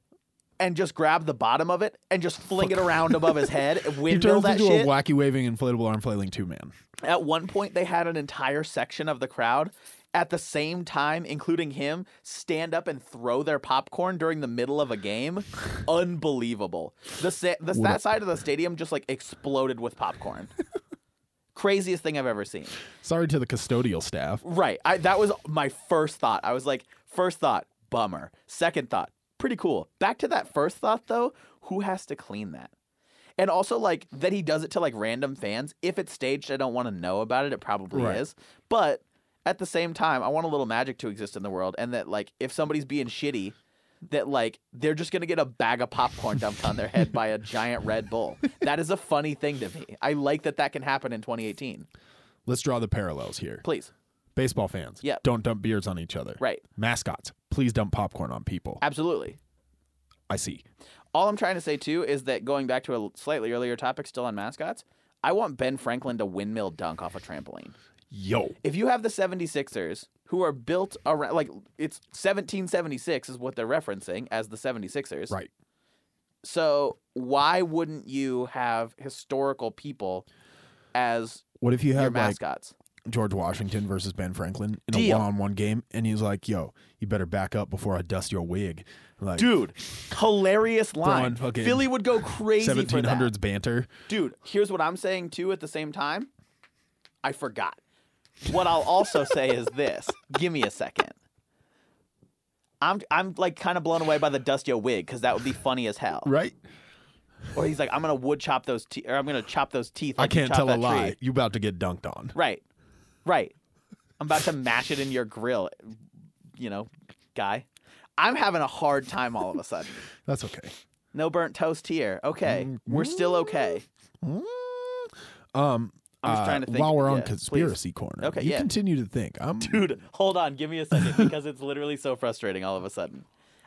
Speaker 3: and just grab the bottom of it and just fling it around above his head, and
Speaker 4: He
Speaker 3: windmill
Speaker 4: turns
Speaker 3: that
Speaker 4: into
Speaker 3: shit.
Speaker 4: a wacky waving inflatable arm flailing two man.
Speaker 3: At one point, they had an entire section of the crowd at the same time, including him, stand up and throw their popcorn during the middle of a game. Unbelievable. The, sa- the that side of the stadium just like exploded with popcorn. Craziest thing I've ever seen.
Speaker 4: Sorry to the custodial staff.
Speaker 3: Right. I, that was my first thought. I was like, first thought, bummer. Second thought, pretty cool. Back to that first thought though, who has to clean that? And also like that he does it to like random fans. If it's staged, I don't want to know about it. It probably
Speaker 4: Right.
Speaker 3: is. But at the same time, I want a little magic to exist in the world and that like if somebody's being shitty, that like they're just gonna get a bag of popcorn dumped on their head by a giant Red Bull. That is a funny thing to me. I like that that can happen in 2018.
Speaker 4: Let's draw the parallels here.
Speaker 3: Please,
Speaker 4: Baseball fans,
Speaker 3: Yeah.
Speaker 4: don't dump beards on each other.
Speaker 3: Right.
Speaker 4: Mascots, please dump popcorn on people.
Speaker 3: absolutely.
Speaker 4: I see.
Speaker 3: All I'm trying to say too is that going back to a slightly earlier topic, still on mascots, I want Ben Franklin to windmill dunk off a trampoline.
Speaker 4: Yo.
Speaker 3: If you have the 76ers, who are built around, like, it's 1776 is what they're referencing as the 76ers.
Speaker 4: Right.
Speaker 3: So why wouldn't you have historical people as
Speaker 4: What if you
Speaker 3: your
Speaker 4: had like
Speaker 3: mascots?
Speaker 4: George Washington versus Ben Franklin in
Speaker 3: Deal.
Speaker 4: a one-on-one game, and he's like, "Yo, you better back up before I dust your wig." Like
Speaker 3: Dude, hilarious
Speaker 4: Throwing
Speaker 3: line.
Speaker 4: fucking
Speaker 3: Philly would go crazy. for
Speaker 4: seventeen
Speaker 3: that.
Speaker 4: hundreds banter.
Speaker 3: Dude, here's what I'm saying too at the same time. I forgot. What I'll also say is this. Give me a second. I'm I'm like kind of blown away by the dust your wig because that would be funny as hell.
Speaker 4: Right.
Speaker 3: Or he's like, I'm gonna wood chop those teeth, or I'm gonna chop those teeth.
Speaker 4: I
Speaker 3: like you
Speaker 4: can't
Speaker 3: chop
Speaker 4: tell a
Speaker 3: that
Speaker 4: lie.
Speaker 3: tree."
Speaker 4: You about to get dunked on.
Speaker 3: Right, right. I'm about to mash it in your grill, you know, guy. I'm having a hard time all of a sudden.
Speaker 4: That's okay.
Speaker 3: No burnt toast here. Okay, we're still okay.
Speaker 4: Um,
Speaker 3: I'm just
Speaker 4: uh,
Speaker 3: trying to think-
Speaker 4: While we're on
Speaker 3: yeah, please.
Speaker 4: conspiracy corner,
Speaker 3: Okay,
Speaker 4: you
Speaker 3: yeah.
Speaker 4: continue to think. I'm
Speaker 3: Dude, hold on. Give me a second because it's literally so frustrating all of a sudden.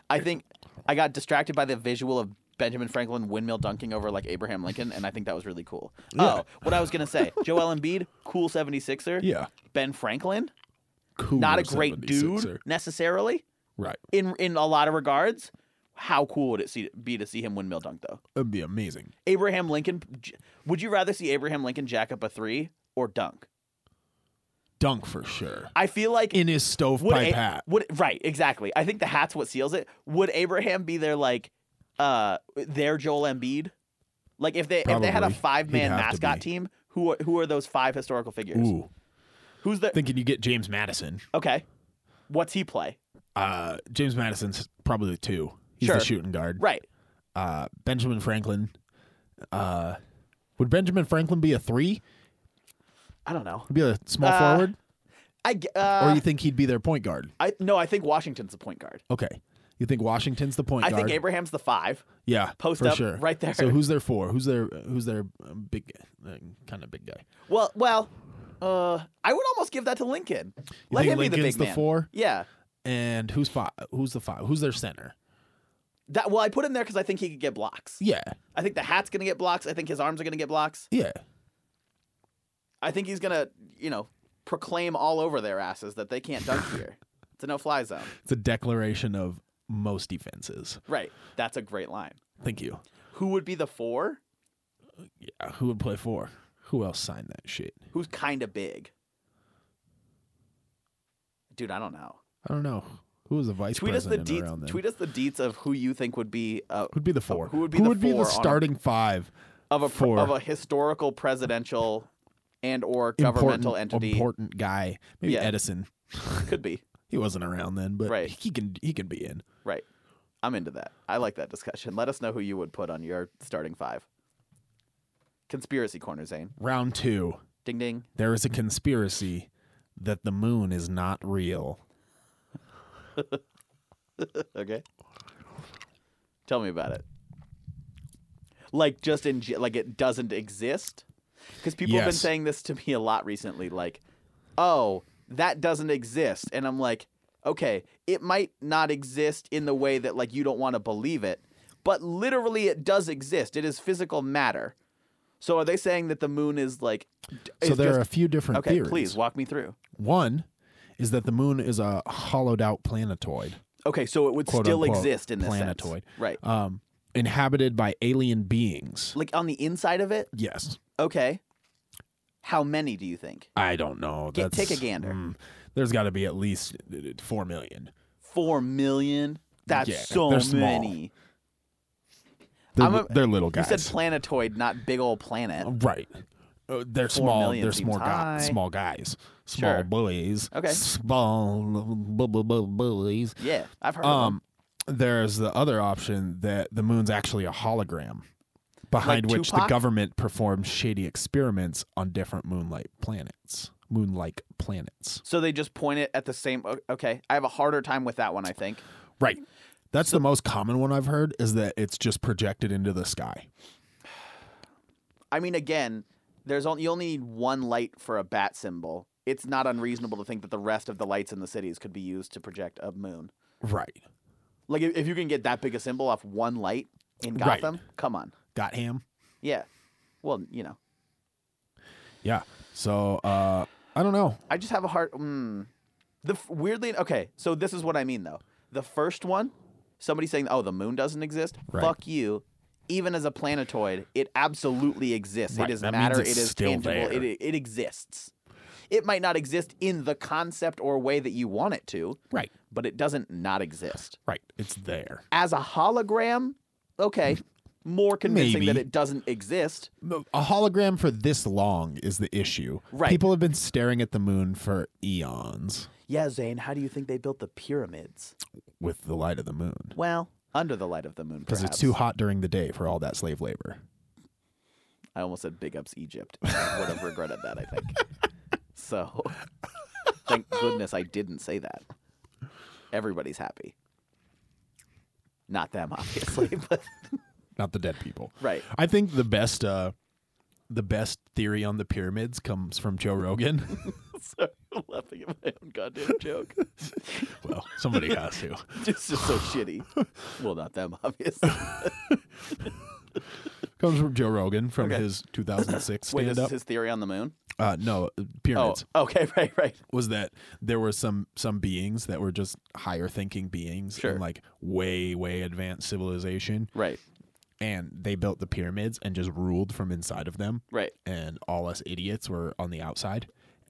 Speaker 3: I think I got distracted by the visual of Benjamin Franklin windmill dunking over like Abraham Lincoln, and I think that was really cool. Oh, what I was going to say Joel Embiid, cool 76er.
Speaker 4: yeah,
Speaker 3: Ben Franklin,
Speaker 4: cool.
Speaker 3: not a great dude
Speaker 4: 76er.
Speaker 3: necessarily
Speaker 4: Right,
Speaker 3: in, in a lot of regards. How cool would it see, be to see him windmill dunk, though?
Speaker 4: it'd be amazing.
Speaker 3: Abraham Lincoln, j- would you rather see Abraham Lincoln jack up a three or dunk?
Speaker 4: Dunk for sure
Speaker 3: I feel like
Speaker 4: in his
Speaker 3: would
Speaker 4: stovepipe
Speaker 3: A-
Speaker 4: hat.
Speaker 3: Would right, exactly. I think the hat's what seals it. Would Abraham be their like uh their Joel Embiid? Like if they if they had a
Speaker 4: Probably.
Speaker 3: five
Speaker 4: He'd
Speaker 3: man
Speaker 4: have to
Speaker 3: mascot
Speaker 4: be.
Speaker 3: team, who are, who are those five historical figures?
Speaker 4: Ooh,
Speaker 3: Who's the
Speaker 4: thinking you get James Madison.
Speaker 3: Okay. What's he play?
Speaker 4: Uh, James Madison's probably the two. He's
Speaker 3: Sure.
Speaker 4: the shooting guard.
Speaker 3: Right.
Speaker 4: Uh, Benjamin Franklin. Uh, would Benjamin Franklin be a three?
Speaker 3: I don't know.
Speaker 4: Would be a small
Speaker 3: Uh,
Speaker 4: forward,
Speaker 3: I g-
Speaker 4: or
Speaker 3: uh,
Speaker 4: you think he'd be their point guard?
Speaker 3: I no, I think Washington's the point guard.
Speaker 4: Okay, you think Washington's the point
Speaker 3: I
Speaker 4: guard?
Speaker 3: think Abraham's the five.
Speaker 4: Yeah,
Speaker 3: Post
Speaker 4: for
Speaker 3: up
Speaker 4: sure.
Speaker 3: right there.
Speaker 4: So who's their four? Who's their who's their um, big uh, kind of big guy?
Speaker 3: Well, well, uh, I would almost give that to Lincoln. Let
Speaker 4: think
Speaker 3: him be the
Speaker 4: Lincoln's
Speaker 3: big
Speaker 4: the
Speaker 3: man.
Speaker 4: four?
Speaker 3: Yeah.
Speaker 4: And who's five? Who's the five? Who's their center?
Speaker 3: That well, I put him there because I think he could get blocks.
Speaker 4: Yeah,
Speaker 3: I think the hat's gonna get blocks. I think his arms are gonna get blocks.
Speaker 4: yeah.
Speaker 3: I think he's gonna, you know, proclaim all over their asses that they can't dunk here. It's a no-fly zone.
Speaker 4: It's a declaration of most defenses.
Speaker 3: Right. That's a great line.
Speaker 4: Thank you.
Speaker 3: Who would be the four?
Speaker 4: Yeah, who would play four? Who else signed that shit?
Speaker 3: Who's kind of big? Dude, I don't know.
Speaker 4: I don't know. Who was the vice
Speaker 3: Tweet us the
Speaker 4: president around
Speaker 3: deets.
Speaker 4: then?
Speaker 3: Tweet us the deets of who you think would be uh,
Speaker 4: Who'd be the four?
Speaker 3: who would be the four on a-
Speaker 4: starting five?
Speaker 3: of a
Speaker 4: four.
Speaker 3: of a historical presidential and or governmental
Speaker 4: important,
Speaker 3: entity.
Speaker 4: important guy. Maybe
Speaker 3: Yeah.
Speaker 4: Edison.
Speaker 3: Could be.
Speaker 4: He wasn't around then, but
Speaker 3: Right.
Speaker 4: he can he can be in.
Speaker 3: Right. I'm into that. I like that discussion. Let us know who you would put on your starting five. Conspiracy corner, Zane.
Speaker 4: Round two.
Speaker 3: Ding ding.
Speaker 4: there is a conspiracy that the moon is not real.
Speaker 3: Okay. Tell me about it. Like just in ge- like it doesn't exist because people have been
Speaker 4: Yes.
Speaker 3: saying this to me a lot recently. Like, oh, that doesn't exist, and I'm like, okay, it might not exist in the way that like you don't want to believe it, but literally it does exist. It is physical matter. So are they saying that the moon is like? d-
Speaker 4: so
Speaker 3: is
Speaker 4: there
Speaker 3: just-
Speaker 4: are a few different
Speaker 3: okay.
Speaker 4: theories.
Speaker 3: Please walk me through.
Speaker 4: One is that the moon is a hollowed out planetoid.
Speaker 3: Okay, so it would
Speaker 4: Quote,
Speaker 3: still
Speaker 4: unquote,
Speaker 3: exist in this sense.
Speaker 4: planetoid.
Speaker 3: right?
Speaker 4: um, inhabited by alien beings.
Speaker 3: Like on the inside of it.
Speaker 4: Yes,
Speaker 3: Okay, how many do you think?
Speaker 4: I don't know.
Speaker 3: Get-
Speaker 4: That's-
Speaker 3: take a gander.
Speaker 4: mm, there's got to be at least uh, four million.
Speaker 3: Four million. That's
Speaker 4: Yeah,
Speaker 3: so
Speaker 4: they're small.
Speaker 3: many.
Speaker 4: They're,
Speaker 3: I'm a-
Speaker 4: they're little guys. Um,
Speaker 3: You said planetoid, not big old planet.
Speaker 4: Right. Uh, they're
Speaker 3: Four
Speaker 4: small.
Speaker 3: million
Speaker 4: They're
Speaker 3: seems
Speaker 4: small
Speaker 3: high.
Speaker 4: guys. Small guys. Small
Speaker 3: Sure.
Speaker 4: boys.
Speaker 3: Okay.
Speaker 4: Small bu- bu- bu- boys.
Speaker 3: Yeah, I've heard. of them.
Speaker 4: Um, there's the other option that the moon's actually a hologram, behind
Speaker 3: Like
Speaker 4: which the
Speaker 3: Tupac?
Speaker 4: government performs shady experiments on different moonlight planets. Moonlike planets.
Speaker 3: So they just point it at the same. o- Okay, I have a harder time with that one. I think.
Speaker 4: Right. That's the most common one I've heard is that it's just projected into the sky.
Speaker 3: I mean, again, there's only you only need one light for a bat symbol. It's not unreasonable to think that the rest of the lights in the cities could be used to project a moon.
Speaker 4: Right.
Speaker 3: Like if, if you can get that big a symbol off one light in
Speaker 4: Right.
Speaker 3: Gotham, come on,
Speaker 4: Got him.
Speaker 3: yeah. Well, you know,
Speaker 4: Yeah. So uh, I don't know.
Speaker 3: I just have a heart. Mm. The f- weirdly okay. So this is what I mean though. The first one, somebody saying, "Oh, the moon doesn't exist."
Speaker 4: Right.
Speaker 3: Fuck you. Even as a planetoid, it absolutely exists.
Speaker 4: Right,
Speaker 3: It is
Speaker 4: that means
Speaker 3: matter.
Speaker 4: it's
Speaker 3: it is
Speaker 4: still
Speaker 3: tangible.
Speaker 4: there.
Speaker 3: It it exists. It might not exist in the concept or way that you want it to,
Speaker 4: Right.
Speaker 3: but it doesn't not exist.
Speaker 4: Right. It's there.
Speaker 3: As a hologram, okay, more convincing that
Speaker 4: Maybe.
Speaker 3: it doesn't exist.
Speaker 4: a hologram for this long is the issue.
Speaker 3: Right.
Speaker 4: People have been staring at the moon for eons
Speaker 3: Yeah, Zane, how do you think they built the pyramids?
Speaker 4: with the light of the moon
Speaker 3: Well, under the light of the moon,
Speaker 4: because it's
Speaker 3: perhaps.
Speaker 4: too hot during the day for all that slave labor.
Speaker 3: I almost said big ups Egypt. I would have regretted that, I think. So, thank goodness I didn't say that. Everybody's happy. Not them, obviously, but
Speaker 4: Not the dead people.
Speaker 3: right.
Speaker 4: I think the best uh the best theory on the pyramids comes from Joe Rogan.
Speaker 3: Sorry, I'm laughing at my own goddamn joke.
Speaker 4: well, somebody has to.
Speaker 3: It's just so shitty. Well, not them, obviously.
Speaker 4: Comes from Joe Rogan from his 2006
Speaker 3: Wait,
Speaker 4: stand
Speaker 3: this is
Speaker 4: up.
Speaker 3: his theory on the moon?
Speaker 4: Uh no,
Speaker 3: Oh,
Speaker 4: pyramids.
Speaker 3: okay, right, right.
Speaker 4: was that there were some some beings that were just higher thinking beings
Speaker 3: Sure.
Speaker 4: and like way way advanced civilization
Speaker 3: Right,
Speaker 4: and they built the pyramids and just ruled from inside of them
Speaker 3: right.
Speaker 4: and all us idiots were on the outside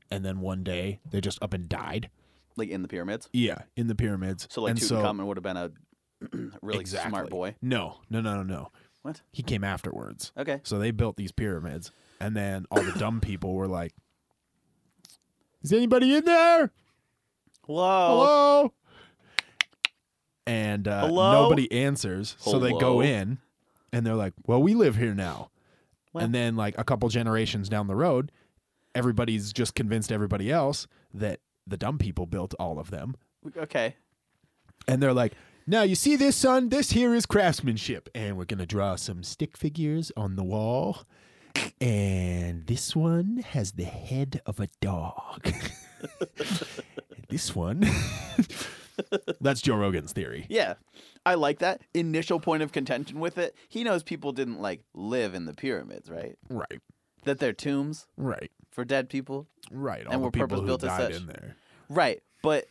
Speaker 4: and then one day they just up and died
Speaker 3: Like in the pyramids.
Speaker 4: yeah in the pyramids
Speaker 3: So, like,
Speaker 4: and
Speaker 3: Tutankhamen would have been a really
Speaker 4: Exactly.
Speaker 3: smart boy.
Speaker 4: no no no no no
Speaker 3: What?
Speaker 4: he came afterwards
Speaker 3: Okay.
Speaker 4: so they built these pyramids and then all the dumb people were like is anybody in there
Speaker 3: Whoa.
Speaker 4: hello and uh,
Speaker 3: Hello?
Speaker 4: nobody answers so they
Speaker 3: Hello?
Speaker 4: go in and they're like well we live here now
Speaker 3: Well-
Speaker 4: and then like a couple generations down the road everybody's just convinced everybody else that the dumb people built all of them
Speaker 3: Okay.
Speaker 4: and they're like now you see this son this here is craftsmanship and we're gonna draw some stick figures on the wall and this one has the head of a dog this one that's joe rogan's theory
Speaker 3: Yeah. I like that. Initial point of contention with it. He knows people didn't like live in the pyramids, right?
Speaker 4: right
Speaker 3: That they're tombs
Speaker 4: right
Speaker 3: for dead people.
Speaker 4: right all
Speaker 3: And
Speaker 4: the
Speaker 3: were
Speaker 4: people who
Speaker 3: purpose-built as
Speaker 4: died
Speaker 3: such.
Speaker 4: in there
Speaker 3: Right. But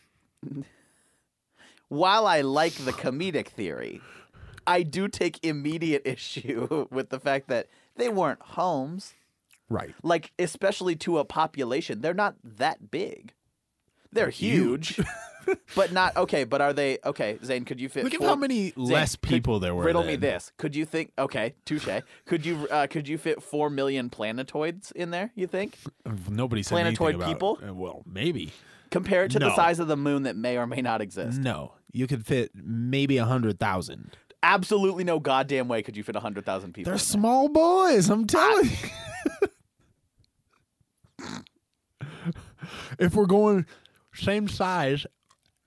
Speaker 3: while I like the comedic theory, I do take immediate issue with the fact that they weren't homes.
Speaker 4: right
Speaker 3: Like, especially to a population, they're not that big. They're huge. but not okay, but are they okay, Zane, could you fit
Speaker 4: Look at
Speaker 3: four-
Speaker 4: how many
Speaker 3: Zane,
Speaker 4: less
Speaker 3: could-
Speaker 4: people there were.
Speaker 3: Riddle me
Speaker 4: then.
Speaker 3: this: Could you think? Okay, touche. Could you uh, could you fit four million planetoids in there? You think?
Speaker 4: Nobody said anything
Speaker 3: Planetoid
Speaker 4: about-
Speaker 3: people?
Speaker 4: uh, Well, maybe.
Speaker 3: Compare it to the
Speaker 4: No.
Speaker 3: size of the moon that may or may not exist.
Speaker 4: No, you could fit maybe a hundred thousand.
Speaker 3: Absolutely no goddamn way could you fit hundred thousand people.
Speaker 4: They're
Speaker 3: in there.
Speaker 4: small boys. I'm telling you. if we're going same size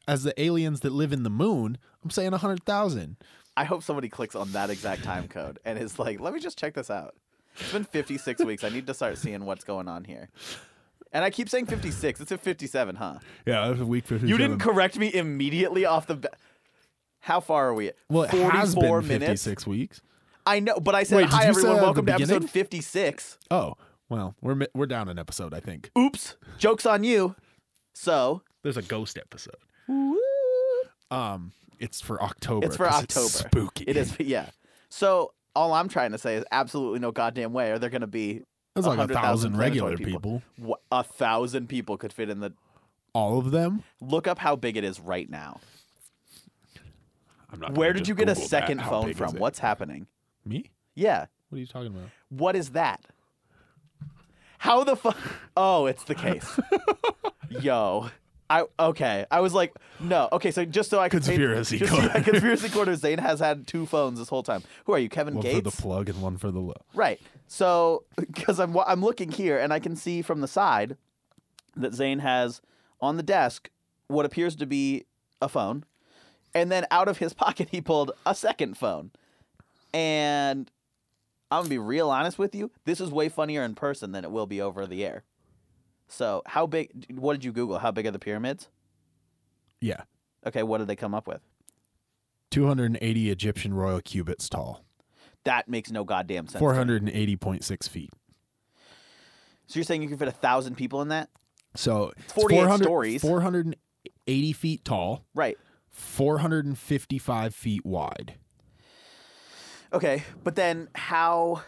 Speaker 4: as the aliens that live in the moon, I'm saying a hundred thousand.
Speaker 3: I hope somebody clicks on that exact time code and is like, "Let me just check this out." It's been fifty six weeks. I need to start seeing what's going on here. And I keep saying fifty six. It's at fifty seven, huh?
Speaker 4: Yeah, that's a week fifty.
Speaker 3: You didn't correct me immediately off the. Ba- How far are we? At?
Speaker 4: Well, it has been
Speaker 3: minutes.
Speaker 4: fifty-six weeks.
Speaker 3: I know, but I said,
Speaker 4: Wait, did
Speaker 3: "Hi
Speaker 4: you say
Speaker 3: everyone,
Speaker 4: at the
Speaker 3: welcome to episode
Speaker 4: beginning?
Speaker 3: 56."
Speaker 4: Oh, well, we're mi- we're down an episode. I think
Speaker 3: Oops, joke's on you. So,
Speaker 4: there's a ghost episode. Um, it's for October.
Speaker 3: It's for
Speaker 4: 'cause
Speaker 3: October.
Speaker 4: spooky.
Speaker 3: It is, yeah. So all I'm trying to say is absolutely no goddamn way are there going to be
Speaker 4: There's like a
Speaker 3: 100,000
Speaker 4: thousand
Speaker 3: planetary
Speaker 4: regular people.
Speaker 3: people. wha- a thousand people could fit in the.
Speaker 4: All of them.
Speaker 3: Look up how big it is right now.
Speaker 4: I'm not.
Speaker 3: Where
Speaker 4: gonna
Speaker 3: did
Speaker 4: just
Speaker 3: you get a
Speaker 4: Google that.
Speaker 3: second
Speaker 4: How
Speaker 3: phone
Speaker 4: big
Speaker 3: from?
Speaker 4: is it?
Speaker 3: What's happening?
Speaker 4: me?
Speaker 3: Yeah.
Speaker 4: What are you talking about?
Speaker 3: What is that? How the fuck? Oh, it's the case. Yo. I okay. I was like, no. Okay, so just so I could
Speaker 4: Conspiracy
Speaker 3: just so-
Speaker 4: corner.
Speaker 3: conspiracy corner. Zane has had two phones this whole time. Who are you, Kevin
Speaker 4: One for
Speaker 3: Gates?
Speaker 4: the plug and one for the low.
Speaker 3: Right. So, because I'm wa- I'm looking here and I can see from the side that Zane has on the desk what appears to be a phone, and then out of his pocket he pulled a second phone, and I'm gonna be real honest with you. This is way funnier in person than it will be over the air. So, how big? What did you Google? How big are the pyramids?
Speaker 4: Yeah,
Speaker 3: Okay, what did they come up with?
Speaker 4: 280 Egyptian royal cubits tall,
Speaker 3: That makes no goddamn sense. to me.
Speaker 4: 480.6 feet.
Speaker 3: So you're saying you can fit a thousand people in that?
Speaker 4: So it's
Speaker 3: 48
Speaker 4: 400
Speaker 3: stories.
Speaker 4: 480 feet tall,
Speaker 3: Right.
Speaker 4: 455 feet wide.
Speaker 3: Okay, but then how?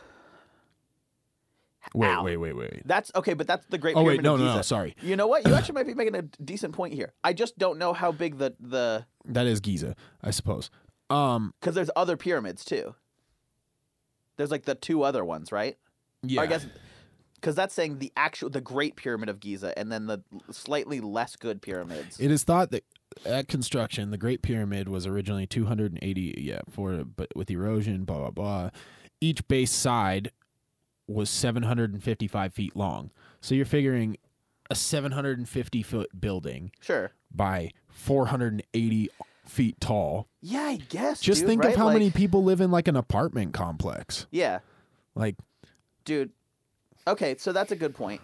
Speaker 4: Wait,
Speaker 3: Ow.
Speaker 4: wait, wait, wait.
Speaker 3: That's okay, but that's the Great
Speaker 4: Oh, wait,
Speaker 3: Pyramid
Speaker 4: no,
Speaker 3: of
Speaker 4: no,
Speaker 3: Giza.
Speaker 4: no, sorry.
Speaker 3: You know what? You actually might be making a decent point here. I just don't know how big the the
Speaker 4: That is Giza, I suppose. Um,
Speaker 3: because there's other pyramids too. There's like the two other ones, right?
Speaker 4: yeah,
Speaker 3: Or I guess because that's saying the actual the Great Pyramid of Giza and then the slightly less good pyramids.
Speaker 4: it is thought that at construction, the Great Pyramid was originally 280. Yeah, for but with erosion, blah blah blah. Each base side was 755 feet long. So you're figuring a 750 foot building
Speaker 3: sure.
Speaker 4: by 480 feet tall.
Speaker 3: Yeah, I guess.
Speaker 4: Just
Speaker 3: dude,
Speaker 4: think
Speaker 3: right?
Speaker 4: of how
Speaker 3: Like-
Speaker 4: many people live in like an apartment complex.
Speaker 3: Yeah,
Speaker 4: Like
Speaker 3: dude. Okay, so that's a good point.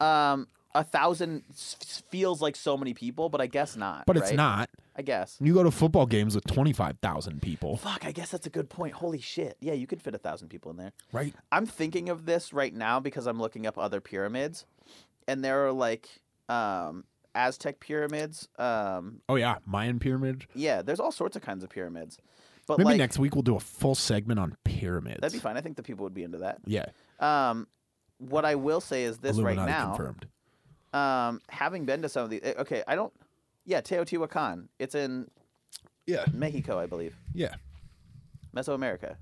Speaker 3: Um, a thousand s- feels like so many people, but I guess not.
Speaker 4: But it's
Speaker 3: right?
Speaker 4: not.
Speaker 3: I guess.
Speaker 4: You go to football games with 25,000 people.
Speaker 3: Fuck, I guess that's a good point. Holy shit. Yeah, you could fit a thousand people in there.
Speaker 4: Right.
Speaker 3: I'm thinking of this right now because I'm looking up other pyramids, and there are like um, Aztec pyramids. Um,
Speaker 4: Oh, yeah. Mayan pyramid.
Speaker 3: yeah, there's all sorts of kinds of pyramids. But
Speaker 4: Maybe
Speaker 3: like,
Speaker 4: next week we'll do a full segment on pyramids.
Speaker 3: that'd be fine. I think the people would be into that.
Speaker 4: Yeah.
Speaker 3: Um, what I will say is this
Speaker 4: Illuminati
Speaker 3: right
Speaker 4: confirmed.
Speaker 3: now, um, having been to some of the eh, okay, I don't. Yeah, Teotihuacan. It's in
Speaker 4: Yeah.
Speaker 3: Mexico, I believe,
Speaker 4: Yeah.
Speaker 3: Mesoamerica.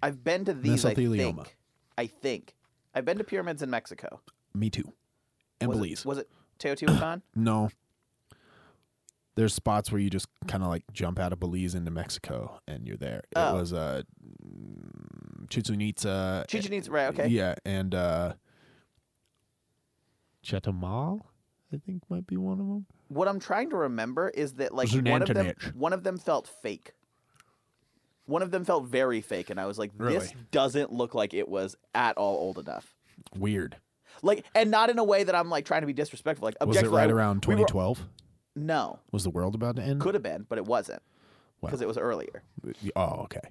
Speaker 3: I've been to these. I
Speaker 4: Mesothelioma.
Speaker 3: think. I think I've been to pyramids in Mexico.
Speaker 4: Me too. And
Speaker 3: was
Speaker 4: Belize.
Speaker 3: It, was it Teotihuacan?
Speaker 4: no. There's spots where you just kind of like jump out of Belize into Mexico and you're there.
Speaker 3: Oh.
Speaker 4: It was uh, mm, Chichen Itza.
Speaker 3: Chichen Itza, right? Okay.
Speaker 4: Yeah. And uh, Chetamal, I think might be one of them.
Speaker 3: What I'm trying to remember is that like
Speaker 4: It was an
Speaker 3: one of them,
Speaker 4: internet.
Speaker 3: one of them felt fake. One of them felt very fake, and I was like, "This
Speaker 4: Really?
Speaker 3: doesn't look like it was at all old enough."
Speaker 4: Weird.
Speaker 3: Like, and not in a way that I'm like trying to be disrespectful. Like,
Speaker 4: Was it
Speaker 3: objectively,
Speaker 4: right
Speaker 3: I-
Speaker 4: around
Speaker 3: we were-
Speaker 4: 2012?
Speaker 3: no,
Speaker 4: Was the world about to end?
Speaker 3: could have been, but it wasn't
Speaker 4: Wow.
Speaker 3: because it was earlier.
Speaker 4: Oh, okay.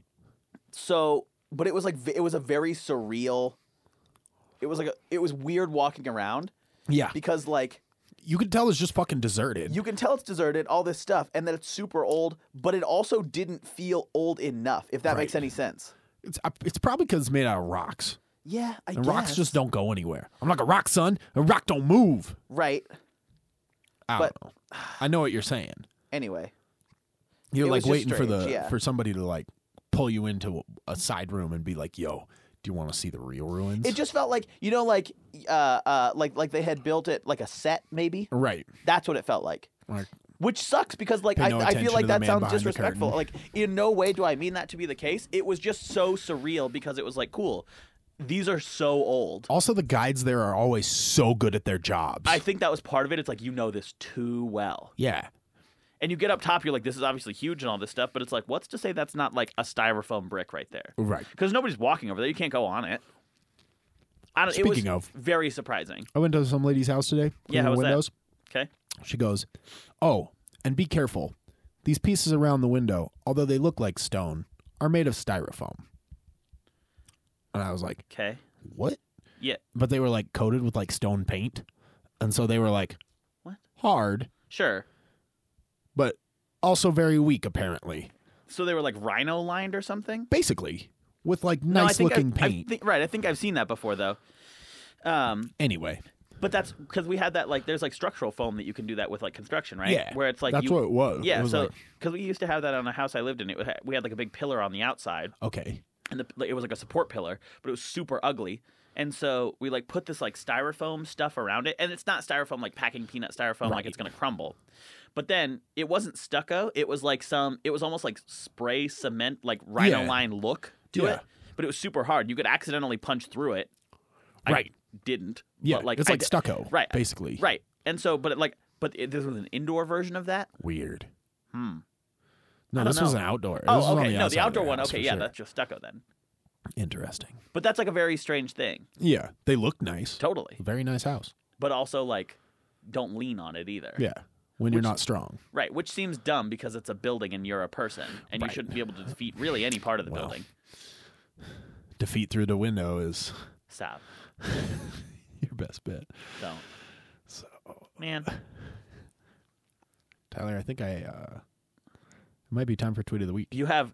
Speaker 3: So, but it was like v- it was a very surreal. It was like a, it was weird walking around
Speaker 4: Yeah.
Speaker 3: because like
Speaker 4: You could tell it's just fucking deserted.
Speaker 3: You can tell it's deserted, all this stuff, and that it's super old, but it also didn't feel old enough, if that makes
Speaker 4: Right.
Speaker 3: any sense.
Speaker 4: it's, uh, it's probably because it's made out of rocks.
Speaker 3: Yeah, I
Speaker 4: And
Speaker 3: guess.
Speaker 4: rocks just don't go anywhere. I'm like a rock, son. A rock don't move.
Speaker 3: right.
Speaker 4: I
Speaker 3: But-
Speaker 4: don't know. I know what you're saying.
Speaker 3: Anyway,
Speaker 4: You're
Speaker 3: It was
Speaker 4: like
Speaker 3: just
Speaker 4: waiting for the
Speaker 3: strange, yeah.
Speaker 4: for somebody to like pull you into a side room and be like, "Yo, do you want to see the real ruins?"
Speaker 3: it just felt like you know, like uh, uh, like like they had built it like a set, maybe.
Speaker 4: right.
Speaker 3: That's what it felt like.
Speaker 4: Like,
Speaker 3: Which sucks because like
Speaker 4: Pay
Speaker 3: I,
Speaker 4: no
Speaker 3: I feel
Speaker 4: attention
Speaker 3: like
Speaker 4: to the
Speaker 3: that
Speaker 4: man
Speaker 3: sounds
Speaker 4: behind the
Speaker 3: disrespectful.
Speaker 4: curtain.
Speaker 3: Like in no way do I mean that to be the case. It was just so surreal because it was like cool. These are so old.
Speaker 4: also, the guides there are always so good at their jobs.
Speaker 3: I think that was part of it. It's like you know this too well.
Speaker 4: yeah.
Speaker 3: And you get up top, you're like, this is obviously huge and all this stuff, but it's like, what's to say that's not like a styrofoam brick right there?
Speaker 4: Right.
Speaker 3: Because nobody's walking over there. You can't go on it. I don't, it was
Speaker 4: Speaking of-
Speaker 3: very surprising.
Speaker 4: I went to some lady's house today.
Speaker 3: Yeah, how
Speaker 4: cleaning
Speaker 3: was that?
Speaker 4: windows.
Speaker 3: Okay.
Speaker 4: She goes, "Oh, and be careful. These pieces around the window, although they look like stone, are made of styrofoam." And I was like,
Speaker 3: Okay.
Speaker 4: "What?"
Speaker 3: Yeah.
Speaker 4: But they were like coated with like stone paint, and so they were like
Speaker 3: What?
Speaker 4: hard,
Speaker 3: Sure.
Speaker 4: but also very weak apparently.
Speaker 3: So they were like rhino lined or something.
Speaker 4: Basically, with like
Speaker 3: No, I
Speaker 4: nice
Speaker 3: think I-
Speaker 4: looking
Speaker 3: I
Speaker 4: paint.
Speaker 3: think- right, I think I've seen that before though. Um,
Speaker 4: anyway,
Speaker 3: but that's because we had that like there's like structural foam that you can do that with like construction, right?
Speaker 4: Yeah,
Speaker 3: where it's like
Speaker 4: that's
Speaker 3: you,
Speaker 4: what it was. It
Speaker 3: Yeah,
Speaker 4: was
Speaker 3: so
Speaker 4: like-
Speaker 3: because we used to have that on a house I lived in, it wa- we had like a big pillar on the outside,
Speaker 4: okay.
Speaker 3: and the, like, it was like a support pillar, but it was super ugly. And so we like put this like styrofoam stuff around it, and it's not styrofoam like packing peanut styrofoam, like it's gonna crumble. But then it wasn't stucco; it was like some, it was almost like spray cement, like rhino
Speaker 4: Yeah.
Speaker 3: line look to
Speaker 4: Yeah.
Speaker 3: it. But it was super hard. You could accidentally punch through it.
Speaker 4: Right.
Speaker 3: I didn't.
Speaker 4: Yeah,
Speaker 3: but, like
Speaker 4: it's
Speaker 3: I
Speaker 4: like
Speaker 3: d-
Speaker 4: stucco,
Speaker 3: right,
Speaker 4: Basically,
Speaker 3: Right. And so, but it, like, but it, this was an indoor version of that.
Speaker 4: Weird.
Speaker 3: Hmm.
Speaker 4: No,
Speaker 3: don't
Speaker 4: this was
Speaker 3: know.
Speaker 4: an outdoor. This was
Speaker 3: Oh,
Speaker 4: on
Speaker 3: okay. no,
Speaker 4: outside
Speaker 3: the
Speaker 4: of
Speaker 3: outdoor one.
Speaker 4: house,
Speaker 3: Okay,
Speaker 4: for
Speaker 3: yeah,
Speaker 4: sure.
Speaker 3: that's just stucco then.
Speaker 4: interesting.
Speaker 3: But that's like a very strange thing.
Speaker 4: Yeah, they look nice.
Speaker 3: Totally.
Speaker 4: Very nice house.
Speaker 3: But also like, don't lean on it either.
Speaker 4: Yeah, when you're not strong.
Speaker 3: Right. Which seems dumb because it's a building and you're a person and you shouldn't be able to defeat really any part of the
Speaker 4: Well.
Speaker 3: building.
Speaker 4: Defeat through the window is
Speaker 3: Stop.
Speaker 4: your best bet.
Speaker 3: Don't. So. Man.
Speaker 4: Tyler, I think I uh it might be time for tweet of the week.
Speaker 3: You have.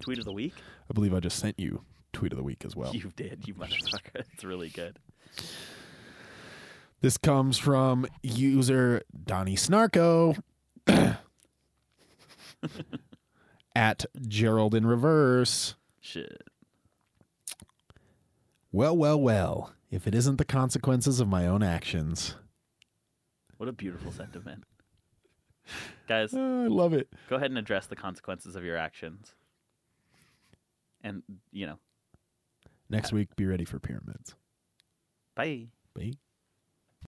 Speaker 3: Tweet of the week?
Speaker 4: I believe I just sent you tweet of the week as well.
Speaker 3: You did, you motherfucker. It's really good.
Speaker 4: This comes from user Donnie Snarko at Gerald in reverse.
Speaker 3: Shit.
Speaker 4: Well, well, well. If it isn't the consequences of my own actions.
Speaker 3: What a beautiful sentiment. Guys,
Speaker 4: Ah, I love it.
Speaker 3: go ahead and address the consequences of your actions. And, you know,
Speaker 4: Next week be ready for pyramids.
Speaker 3: bye.
Speaker 4: Bye.